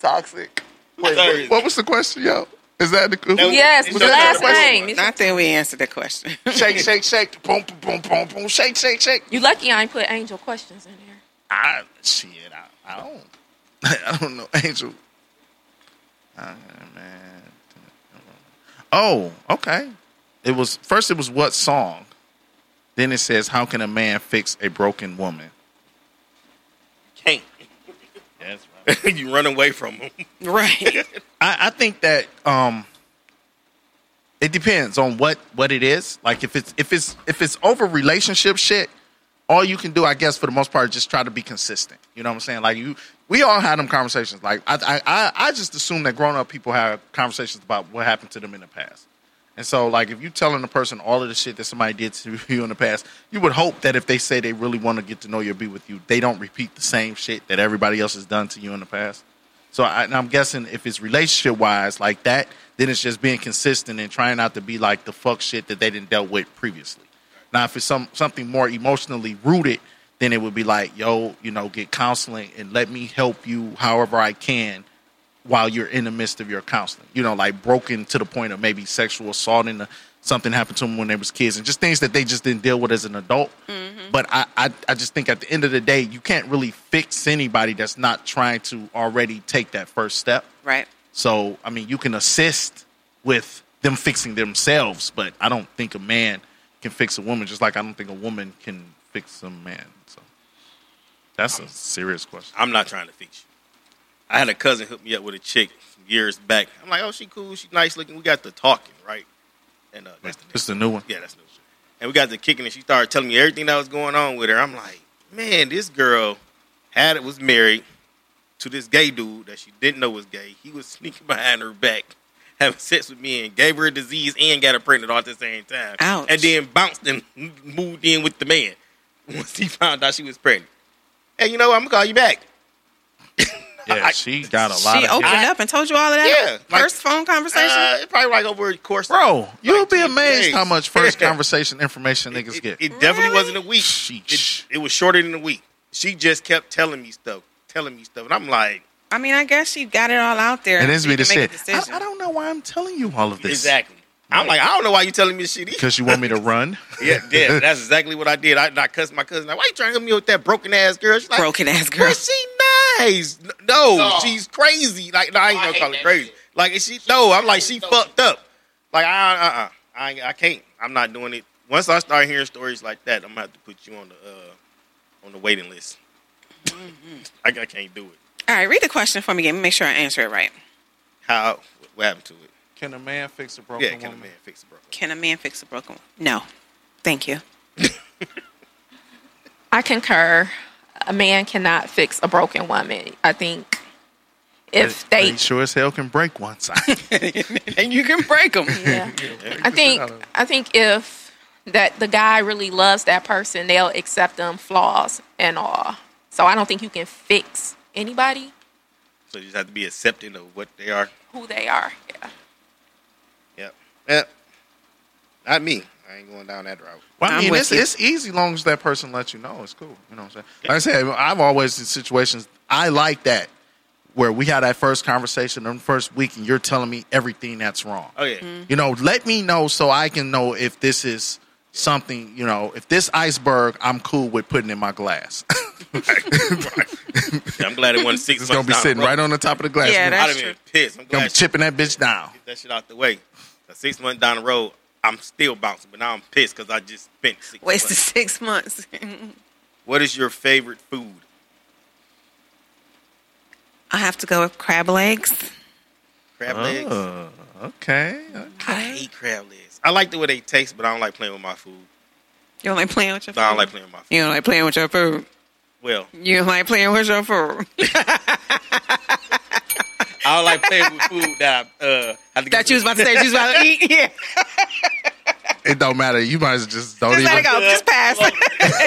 Speaker 5: Toxic. Wait,
Speaker 4: wait,
Speaker 5: what was the question, yo? Is that the cool?
Speaker 6: Yes,
Speaker 4: Was
Speaker 6: the
Speaker 4: that
Speaker 6: last
Speaker 4: the question?
Speaker 6: name.
Speaker 3: I think we answered the question.
Speaker 5: Shake, shake, shake. Boom, boom, boom, boom, boom. Shake, shake, shake.
Speaker 6: You lucky I ain't put angel questions in there.
Speaker 5: I shit. I, I don't. I don't know, Angel. Uh, man. Oh, okay. It was first. It was what song? Then it says, "How can a man fix a broken woman?"
Speaker 4: Can't.
Speaker 5: That's right.
Speaker 4: you run away from him.
Speaker 3: right.
Speaker 5: I, I think that um, it depends on what what it is. Like if it's if it's if it's over relationship shit, all you can do, I guess, for the most part, is just try to be consistent. You know what I'm saying? Like you, we all had them conversations. Like I I I, I just assume that grown up people have conversations about what happened to them in the past. And so, like, if you telling a person all of the shit that somebody did to you in the past, you would hope that if they say they really want to get to know you or be with you, they don't repeat the same shit that everybody else has done to you in the past. So I, and I'm guessing if it's relationship wise like that, then it's just being consistent and trying not to be like the fuck shit that they didn't dealt with previously. Now, if it's some something more emotionally rooted, then it would be like, yo, you know, get counseling and let me help you however I can while you're in the midst of your counseling. You know, like broken to the point of maybe sexual assault and uh, something happened to them when they was kids and just things that they just didn't deal with as an adult. But I, I, I just think at the end of the day, you can't really fix anybody that's not trying to already take that first step.
Speaker 3: Right.
Speaker 5: So, I mean, you can assist with them fixing themselves, but I don't think a man can fix a woman, just like I don't think a woman can fix a man. So, that's a serious question.
Speaker 4: I'm not trying to fix you. I had a cousin hook me up with a chick some years back. I'm like, oh, she cool, she nice looking. We got to talking, right? And uh, that's the
Speaker 5: It's the new one.
Speaker 4: Yeah, that's no shit. And we got to kicking, and she started telling me everything that was going on with her. I'm like, man, this girl had was married, to this gay dude that she didn't know was gay. He was sneaking behind her back, having sex with men, gave her a disease, and got her pregnant all at the same time.
Speaker 3: Ouch.
Speaker 4: And then bounced and moved in with the man once he found out she was pregnant. Hey, you know what? I'm gonna call you back.
Speaker 8: Yeah,
Speaker 4: I-
Speaker 8: she got a lot
Speaker 3: She
Speaker 8: of
Speaker 3: opened up and told you all of that.
Speaker 4: Yeah, like-
Speaker 3: first phone conversation.
Speaker 4: Uh, it probably like over a course.
Speaker 5: Bro, you'll be
Speaker 4: Like,
Speaker 5: amazed
Speaker 4: yeah.
Speaker 5: how much first conversation information niggas
Speaker 4: it,
Speaker 5: get.
Speaker 4: It definitely
Speaker 3: Really?
Speaker 4: wasn't a week.
Speaker 5: Sheesh.
Speaker 4: It, it was shorter than a week. She just kept telling me stuff, telling me stuff, and I'm like,
Speaker 3: I mean, I guess she got it all out there.
Speaker 5: and this
Speaker 3: so
Speaker 5: be
Speaker 3: you
Speaker 5: the
Speaker 3: can make
Speaker 5: shit.
Speaker 3: a
Speaker 5: I,
Speaker 3: decision.
Speaker 5: I don't know why I'm telling you all of this.
Speaker 4: exactly. I'm like, I don't know why you telling me this shit. either.
Speaker 5: Because you want me to run?
Speaker 4: Yeah, yeah, that's exactly what I did. I, I cussed my cousin. Like, why you trying to hit me with that broken ass girl? She's like,
Speaker 3: Broken ass girl.
Speaker 4: But she nice. No,
Speaker 7: No.
Speaker 4: she's crazy. Like, no, I ain't
Speaker 7: I
Speaker 4: gonna
Speaker 7: hate
Speaker 4: call her
Speaker 7: that
Speaker 4: crazy.
Speaker 7: shit.
Speaker 4: Like, is she? No, I'm like, she
Speaker 7: So-
Speaker 4: fucked up. Like, I, uh, uh, I, ain't- I can't. I'm not doing it. Once I start hearing stories like that, I'm gonna have to put you on the, uh, on the waiting list.
Speaker 7: Mm-hmm.
Speaker 4: I, I can't do it.
Speaker 3: All right, read the question for me again. Make sure I answer it right.
Speaker 4: How? What happened to it?
Speaker 8: Can a man fix a broken
Speaker 4: Yeah, can a man fix it, bro?
Speaker 3: Can a man fix a broken one? No. Thank you.
Speaker 6: I concur. A man cannot fix a broken woman. I think if
Speaker 5: But
Speaker 6: they,
Speaker 5: he sure as hell can break one side.
Speaker 3: and you can break them.
Speaker 6: yeah. I think I think if that the guy really loves that person, they'll accept them flaws and all. So I don't think you can fix anybody
Speaker 4: So you just have to be accepting of what they are.
Speaker 6: who they are. Yeah.
Speaker 4: Yep. Yep. Not me. I ain't going down that route.
Speaker 5: Well,
Speaker 3: I'm
Speaker 5: I mean,
Speaker 3: with
Speaker 5: it's,
Speaker 3: you.
Speaker 5: it's easy long as that person lets you know. It's cool. You know what I'm saying? Like I said, I've always in situations I like that where we had that first conversation on the first week, and you're telling me everything that's wrong.
Speaker 4: Oh yeah.
Speaker 7: Mm-hmm.
Speaker 5: Mm-hmm. You know, let me know so I can know if this is something. You know, if this iceberg, I'm cool with putting in my glass.
Speaker 4: I'm glad it won six.
Speaker 5: it's gonna be sitting right on the top of the glass.
Speaker 3: Yeah,
Speaker 5: It's
Speaker 4: I'd
Speaker 3: That's
Speaker 4: have
Speaker 3: true.
Speaker 4: been pissed. I'm
Speaker 5: gonna
Speaker 4: glad
Speaker 5: be
Speaker 4: she
Speaker 5: chipping that bitch down.
Speaker 4: get that shit out the way. 'Cause Six months down the road, I'm still bouncing, but now I'm pissed because I just spent six.
Speaker 3: Wasted
Speaker 4: months.
Speaker 3: six months.
Speaker 4: What is your favorite food?
Speaker 3: I have to go with crab legs.
Speaker 4: Crab legs.
Speaker 5: Oh, okay.
Speaker 4: I hate crab legs. I like the way they taste, but I don't like playing with my food.
Speaker 3: You don't like playing with your food?
Speaker 4: No, I don't like playing with my food.
Speaker 3: You don't like playing with your food.
Speaker 4: Well,
Speaker 3: You don't like playing with your food.
Speaker 4: I don't like playing with food that I uh, have to
Speaker 3: that you was about to say that you was about to eat. Yeah.
Speaker 5: It don't matter. You might as well just
Speaker 4: Oh,
Speaker 5: don't
Speaker 3: Just let
Speaker 5: even.
Speaker 3: it go. Just pass.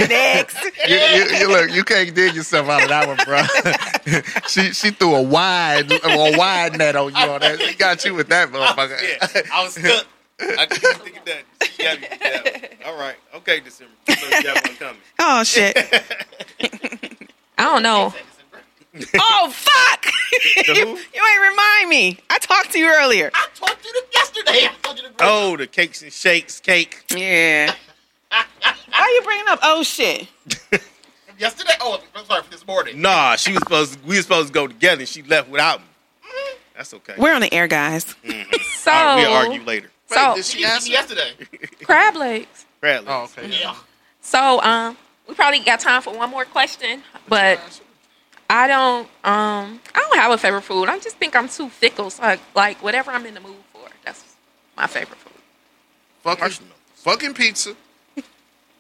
Speaker 3: Next.
Speaker 5: you, you, you- look, you can't dig yourself out of that one, bro. she she threw a wide a wide net on you on that. She got you with that motherfucker.
Speaker 4: Yeah, I was stuck. I couldn't think of that. She got me with that one. All right. Okay, December. So you got one coming.
Speaker 3: Oh, shit.
Speaker 6: I don't know.
Speaker 3: Oh, fuck.
Speaker 4: The
Speaker 3: you,
Speaker 4: who?
Speaker 3: you ain't remind me. I talked to you earlier.
Speaker 7: I told you this yesterday. I told you to bring
Speaker 4: Oh, the cakes and shakes cake.
Speaker 3: Yeah. Why you bringing up oh shit?
Speaker 7: it up yesterday. Oh, I'm sorry for this morning.
Speaker 4: Nah, she was supposed. we was supposed to go together, and she left without me. That's okay.
Speaker 3: We're on the air, guys.
Speaker 6: So
Speaker 4: All right, we'll argue later.
Speaker 6: so
Speaker 5: Wait, did
Speaker 7: She asked me yesterday.
Speaker 6: crab legs.
Speaker 4: Crab legs.
Speaker 5: Oh, okay.
Speaker 7: Yeah.
Speaker 6: So um, we probably got time for one more question, but I don't um, I don't have a favorite food. I just think I'm too fickle. So I, like whatever I'm in the mood for, that's my favorite food.
Speaker 5: Fucking,
Speaker 4: Marshmallows.
Speaker 5: fucking pizza.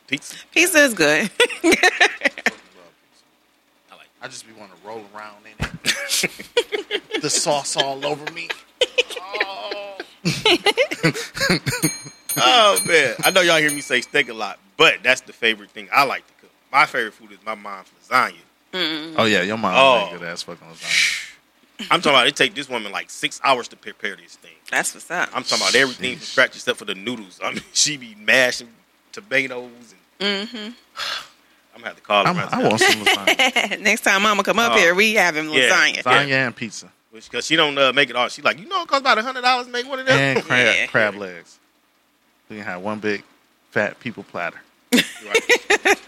Speaker 4: Pizza.
Speaker 3: Pizza is good.
Speaker 5: I just be want to roll around in it. the sauce all over me.
Speaker 4: Oh man, I know y'all hear me say steak a lot, but that's the favorite thing I like to cook. My favorite food is my mom's lasagna.
Speaker 5: Oh yeah, your mom
Speaker 4: Oh.
Speaker 5: made good ass fucking lasagna.
Speaker 4: I'm talking about it take this woman like six hours to prepare this thing.
Speaker 3: That's what's up.
Speaker 4: I'm talking about everything from scratch except for the noodles. I mean, she be mashing tomatoes and. I'm gonna have to call her.
Speaker 5: I'm,
Speaker 4: right
Speaker 5: I
Speaker 4: now.
Speaker 5: want some lasagna,
Speaker 3: Next time Mama come up
Speaker 4: Oh.
Speaker 3: here, we having
Speaker 4: Yeah.
Speaker 3: lasagna.
Speaker 5: lasagna and pizza
Speaker 4: because she don't uh, make it all. She like, you know, it costs about hundred dollars to make one of them.
Speaker 5: and crab
Speaker 3: Yeah.
Speaker 5: crab legs. We can have one big fat people platter.
Speaker 4: Right.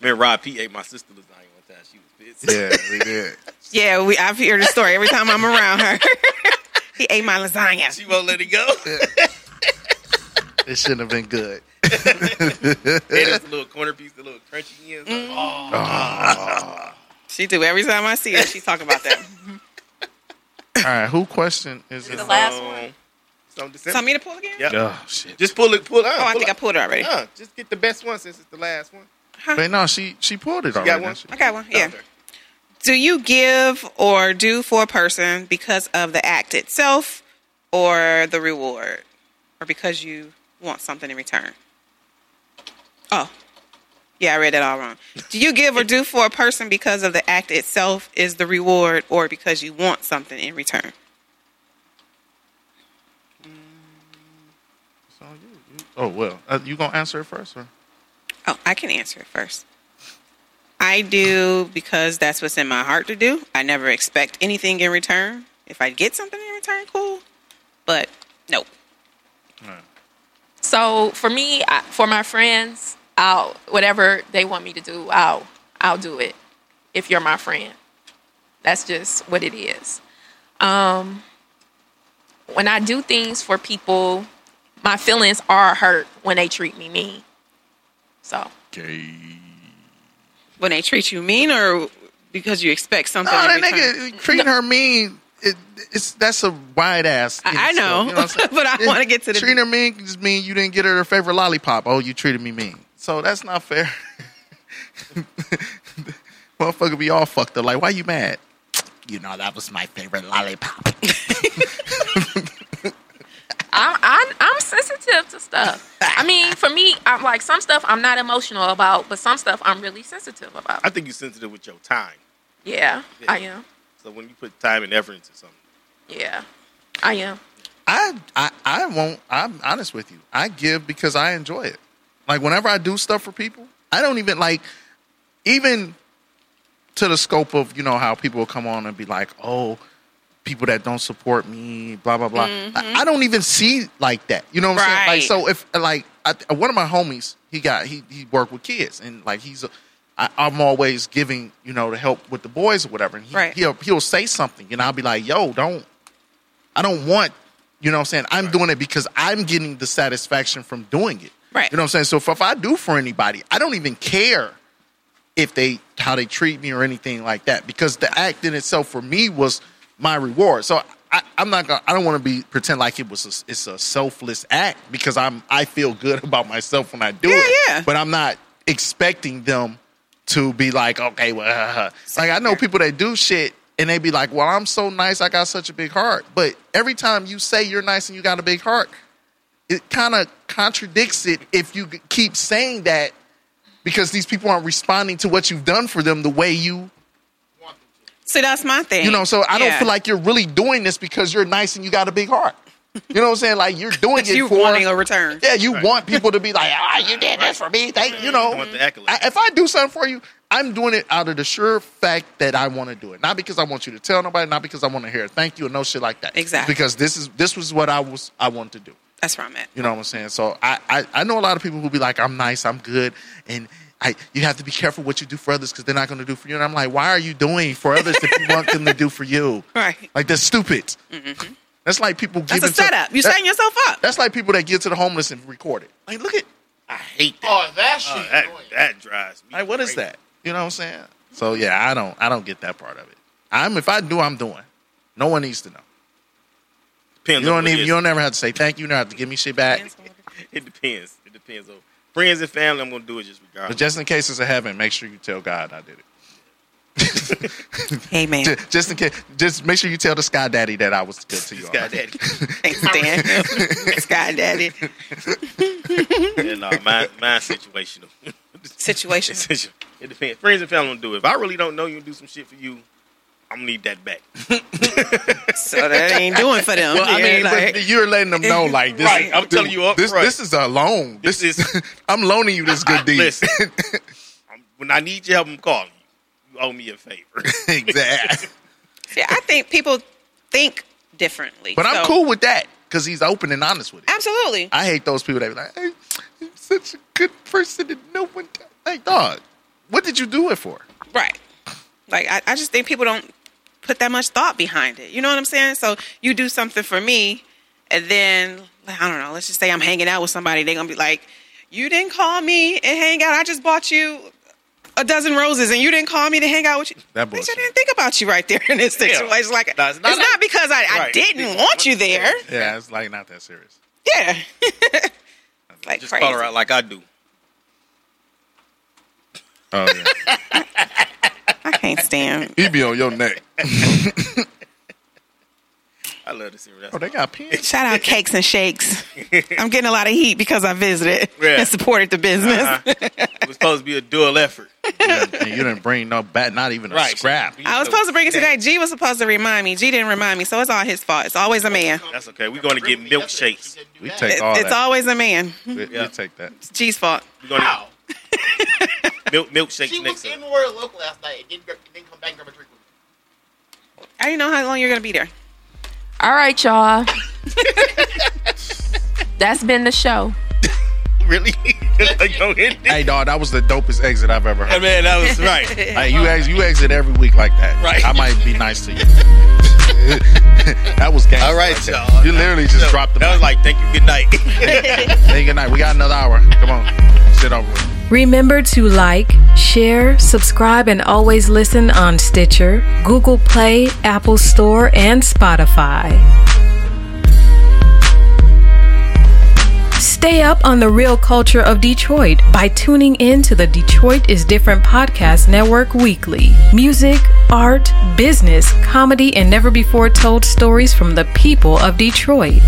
Speaker 4: Man, Rob P ate my sister lasagna one time. She was pissed.
Speaker 5: Yeah, we did.
Speaker 3: Yeah, we I've heard the story every time I'm around her. he ate my lasagna.
Speaker 4: She won't let it go.
Speaker 5: It shouldn't have been good.
Speaker 4: And it's a little corner piece, the little crunchy ends.
Speaker 3: Mm,
Speaker 4: Oh,
Speaker 3: She do every time I see her. She talk about that.
Speaker 5: All right, who question is it?
Speaker 6: The last one.
Speaker 4: It's on Um, December.
Speaker 3: Tell me to pull again.
Speaker 4: Yep.
Speaker 5: Oh shit.
Speaker 4: Just pull it, pull it.
Speaker 3: Oh, I think I pulled it already.
Speaker 4: Uh, just get the best one since it's the last one.
Speaker 5: Wait, no, she she pulled it
Speaker 4: got
Speaker 5: already.
Speaker 4: one?
Speaker 5: didn't she?
Speaker 3: I got one. Yeah.
Speaker 4: Okay.
Speaker 3: Do you give or do for a person because of the act itself or the reward or because you want something in return? Oh, yeah, I read that all wrong. Do you give or do for a person because of the act itself is the reward or because you want something in return?
Speaker 5: It's on you. You- Oh well, uh, you gonna answer it first? Or?
Speaker 3: Oh, I can answer it first. I do because that's what's in my heart to do. I never expect anything in return. If I get something in return, cool. But nope.
Speaker 6: So for me, I, for my friends, I'll whatever they want me to do, I'll I'll do it. If you're my friend, that's just what it is. Um, when I do things for people, my feelings are hurt when they treat me mean. So
Speaker 5: Okay.
Speaker 3: When they treat you mean or because you expect
Speaker 5: No,
Speaker 3: something
Speaker 5: Oh, that
Speaker 3: in return.
Speaker 5: nigga treating her mean. It, it's that's a wide ass.
Speaker 3: I- I know, but I wanna get to the-
Speaker 5: treating her mean can just mean you didn't get her her favorite lollipop. Oh, you treated me mean. So that's not fair. Motherfucker, be all fucked up. Like, why you mad? You know that was my favorite lollipop.
Speaker 6: I'm I'm, I'm sensitive to stuff. I mean, for me, I'm like some stuff I'm not emotional about, but some stuff I'm really sensitive about.
Speaker 4: I think you're sensitive with your time.
Speaker 6: Yeah, I am.
Speaker 4: So when you put time and effort into something,
Speaker 6: Yeah, I am.
Speaker 5: I, I I won't. I'm honest with you. I give because I enjoy it. Like whenever I do stuff for people, I don't even like even to the scope of you know how people will come on and be like, oh, people that don't support me, blah blah blah. I, I don't even see like that. You know what I'm
Speaker 3: Mm-hmm. Right.
Speaker 5: saying? Like so if like I, one of my homies, he got he he worked with kids and like he's a, I, I'm always giving you know to help with the boys or whatever. And he,
Speaker 3: Right.
Speaker 5: he'll he'll say something and I'll be like, yo, don't I don't want, you know what I'm saying? I'm doing it because I'm getting the satisfaction from doing it.
Speaker 3: Right.
Speaker 5: You know what I'm saying? So if, if I do for anybody, I don't even care if they how they treat me or anything like that because the act in itself for me was my reward. So I, I'm not gonna I don't want to be pretend like it was a, it's a selfless act because I'm I feel good about myself when I do
Speaker 3: Yeah,
Speaker 5: it.
Speaker 3: yeah.
Speaker 5: But I'm not expecting them to be like okay well uh, uh. like I know people that do shit and they be like well I'm so nice I got such a big heart but every time you say you're nice and you got a big heart it kind of contradicts it if you g- keep saying that because these people aren't responding to what you've done for them the way you
Speaker 3: See, that's my thing.
Speaker 5: you know so i don't
Speaker 3: Yeah.
Speaker 5: feel like you're really doing this because you're nice and you got a big heart you know what i'm saying like you're doing it
Speaker 3: you
Speaker 5: for
Speaker 3: wanting a return.
Speaker 5: yeah you want people to be like ah you did this for me thank you know
Speaker 4: you
Speaker 3: Mm-hmm.
Speaker 4: want the accolades.
Speaker 5: I, if i do something for you i'm doing it out of the sure fact that i want to do it not because i want you to tell nobody not because i want to hear a thank you or no shit like that
Speaker 3: Exactly.
Speaker 5: because this is this was what i was i wanted to do
Speaker 3: That's where I'm at.
Speaker 5: you know what I'm saying? So I, I, I know a lot of people who be like, I'm nice, I'm good, and I you have to be careful what you do for others because they're not going to do for you. And I'm like, why are you doing for others if you want them to do for you?
Speaker 3: Right. Mm-hmm.
Speaker 5: Like that's stupid. That's like people
Speaker 3: That's
Speaker 5: giving
Speaker 3: a setup.
Speaker 5: To,
Speaker 3: You're
Speaker 5: that-
Speaker 3: setting yourself up.
Speaker 5: that's like people that get to the homeless and record it. Like look at
Speaker 7: Oh, that shit.
Speaker 4: oh, that
Speaker 7: annoying.
Speaker 4: that drives me.
Speaker 5: like what is
Speaker 4: crazy.
Speaker 5: that? You know what I'm saying? So yeah, I don't I don't get that part of it. I'm if I do, I'm doing. No one needs to know. You
Speaker 4: Depends on
Speaker 5: don't
Speaker 4: what
Speaker 5: even
Speaker 4: it is.
Speaker 5: you don't never have to say thank you. You don't have to give me shit back.
Speaker 4: It depends. It depends on friends and family. I'm gonna do it just regardless.
Speaker 5: But just in case it's a heaven, make sure you tell God I did it.
Speaker 3: Amen.
Speaker 5: Ju- just, in case, just make sure you tell the Sky Daddy that I was good to you.
Speaker 4: Sky Daddy.
Speaker 3: Thanks, Dan. Sky Daddy.
Speaker 4: yeah, no, mine, mine situational.
Speaker 3: Situation.
Speaker 4: Situ- it depends. Friends and family will do it. If I really don't know you and do some shit for you, I'm gonna need that back.
Speaker 3: So that ain't doing for them.
Speaker 5: Well, I
Speaker 3: Yeah,
Speaker 5: mean,
Speaker 3: like-
Speaker 5: but you're letting them know like this.
Speaker 4: Right, I'm telling you up
Speaker 5: this,
Speaker 4: front.
Speaker 5: this is a loan. This,
Speaker 4: This
Speaker 5: is
Speaker 4: is-
Speaker 5: I'm loaning you this good deed.
Speaker 4: Listen, I'm, when I need your help, I'm calling you. You owe me a favor.
Speaker 5: exactly.
Speaker 3: Yeah, I think people think differently.
Speaker 5: But I'm
Speaker 3: So-
Speaker 5: cool with that because he's open and honest with it.
Speaker 3: Absolutely.
Speaker 5: I hate those people that be like, hey, "I'm such a good person and no one." t-" Like, dog, what did you do it for?
Speaker 3: Right. Like I, I just think people don't put that much thought behind it. You know what I'm saying? So you do something for me and then like, I don't know, let's just say I'm hanging out with somebody, they're gonna be like, You didn't call me and hang out. I just bought you a dozen roses and you didn't call me to hang out with you.
Speaker 5: That
Speaker 3: Bitch, I
Speaker 5: bullshit.
Speaker 3: didn't think about you right there in this
Speaker 4: Yeah.
Speaker 3: situation. Like
Speaker 4: Nah,
Speaker 3: it's
Speaker 4: it's
Speaker 3: not,
Speaker 4: not-
Speaker 3: because I, I
Speaker 4: Right.
Speaker 3: didn't want you there.
Speaker 5: Yeah, it's like not that serious.
Speaker 3: Yeah. like
Speaker 4: just
Speaker 3: crazy.
Speaker 4: call her out like I do.
Speaker 5: Oh yeah,
Speaker 3: I Can't stand.
Speaker 5: He be on your neck.
Speaker 4: I love to see her.
Speaker 5: Oh, they got pins.
Speaker 3: Shout out Cakes and Shakes. I'm getting a lot of heat because I visited
Speaker 4: Yeah.
Speaker 3: and supported the business.
Speaker 5: Uh-huh.
Speaker 4: It was supposed to be a dual effort.
Speaker 5: Yeah, and you didn't bring no bat, not even a
Speaker 4: Right.
Speaker 5: scrap.
Speaker 3: I was supposed to bring it today. G was supposed to remind me. G didn't remind me, so it's all his fault. It's always a man.
Speaker 4: That's okay. We're going to get milkshakes.
Speaker 5: We
Speaker 7: that.
Speaker 5: take
Speaker 3: It-
Speaker 5: all
Speaker 3: it's
Speaker 5: that.
Speaker 3: always a man.
Speaker 5: we,
Speaker 4: Yeah.
Speaker 5: we take that.
Speaker 3: It's G's fault.
Speaker 4: We're going to
Speaker 7: Wow.
Speaker 4: milk milkshakes
Speaker 7: She
Speaker 4: next
Speaker 7: was
Speaker 4: time.
Speaker 7: in Royal Local last night and didn't, gra- didn't come back and grab a drink with me.
Speaker 3: I didn't know how long you're gonna be there.
Speaker 6: All right, y'all. That's been the show.
Speaker 4: Really? like, don't hit it.
Speaker 5: Hey, dog, that was the dopest exit I've ever
Speaker 4: Hey,
Speaker 5: heard.
Speaker 4: man, that was right.
Speaker 5: Hey, you exit, you exit every week like that.
Speaker 4: Right.
Speaker 5: I might be nice to you. that was game.
Speaker 4: All right, y'all.
Speaker 5: You literally just
Speaker 4: No,
Speaker 5: dropped the.
Speaker 4: That was like, thank you, good night.
Speaker 5: Hey, good night. We got another hour. Come on, sit over. With.
Speaker 1: Remember to like, share, subscribe, and always listen on Stitcher, Google Play, Apple Store, and Spotify. Stay up on the real culture of Detroit by tuning in to the Detroit is Different Podcast Network weekly. Music, art, business, comedy, and never before told stories from the people of Detroit.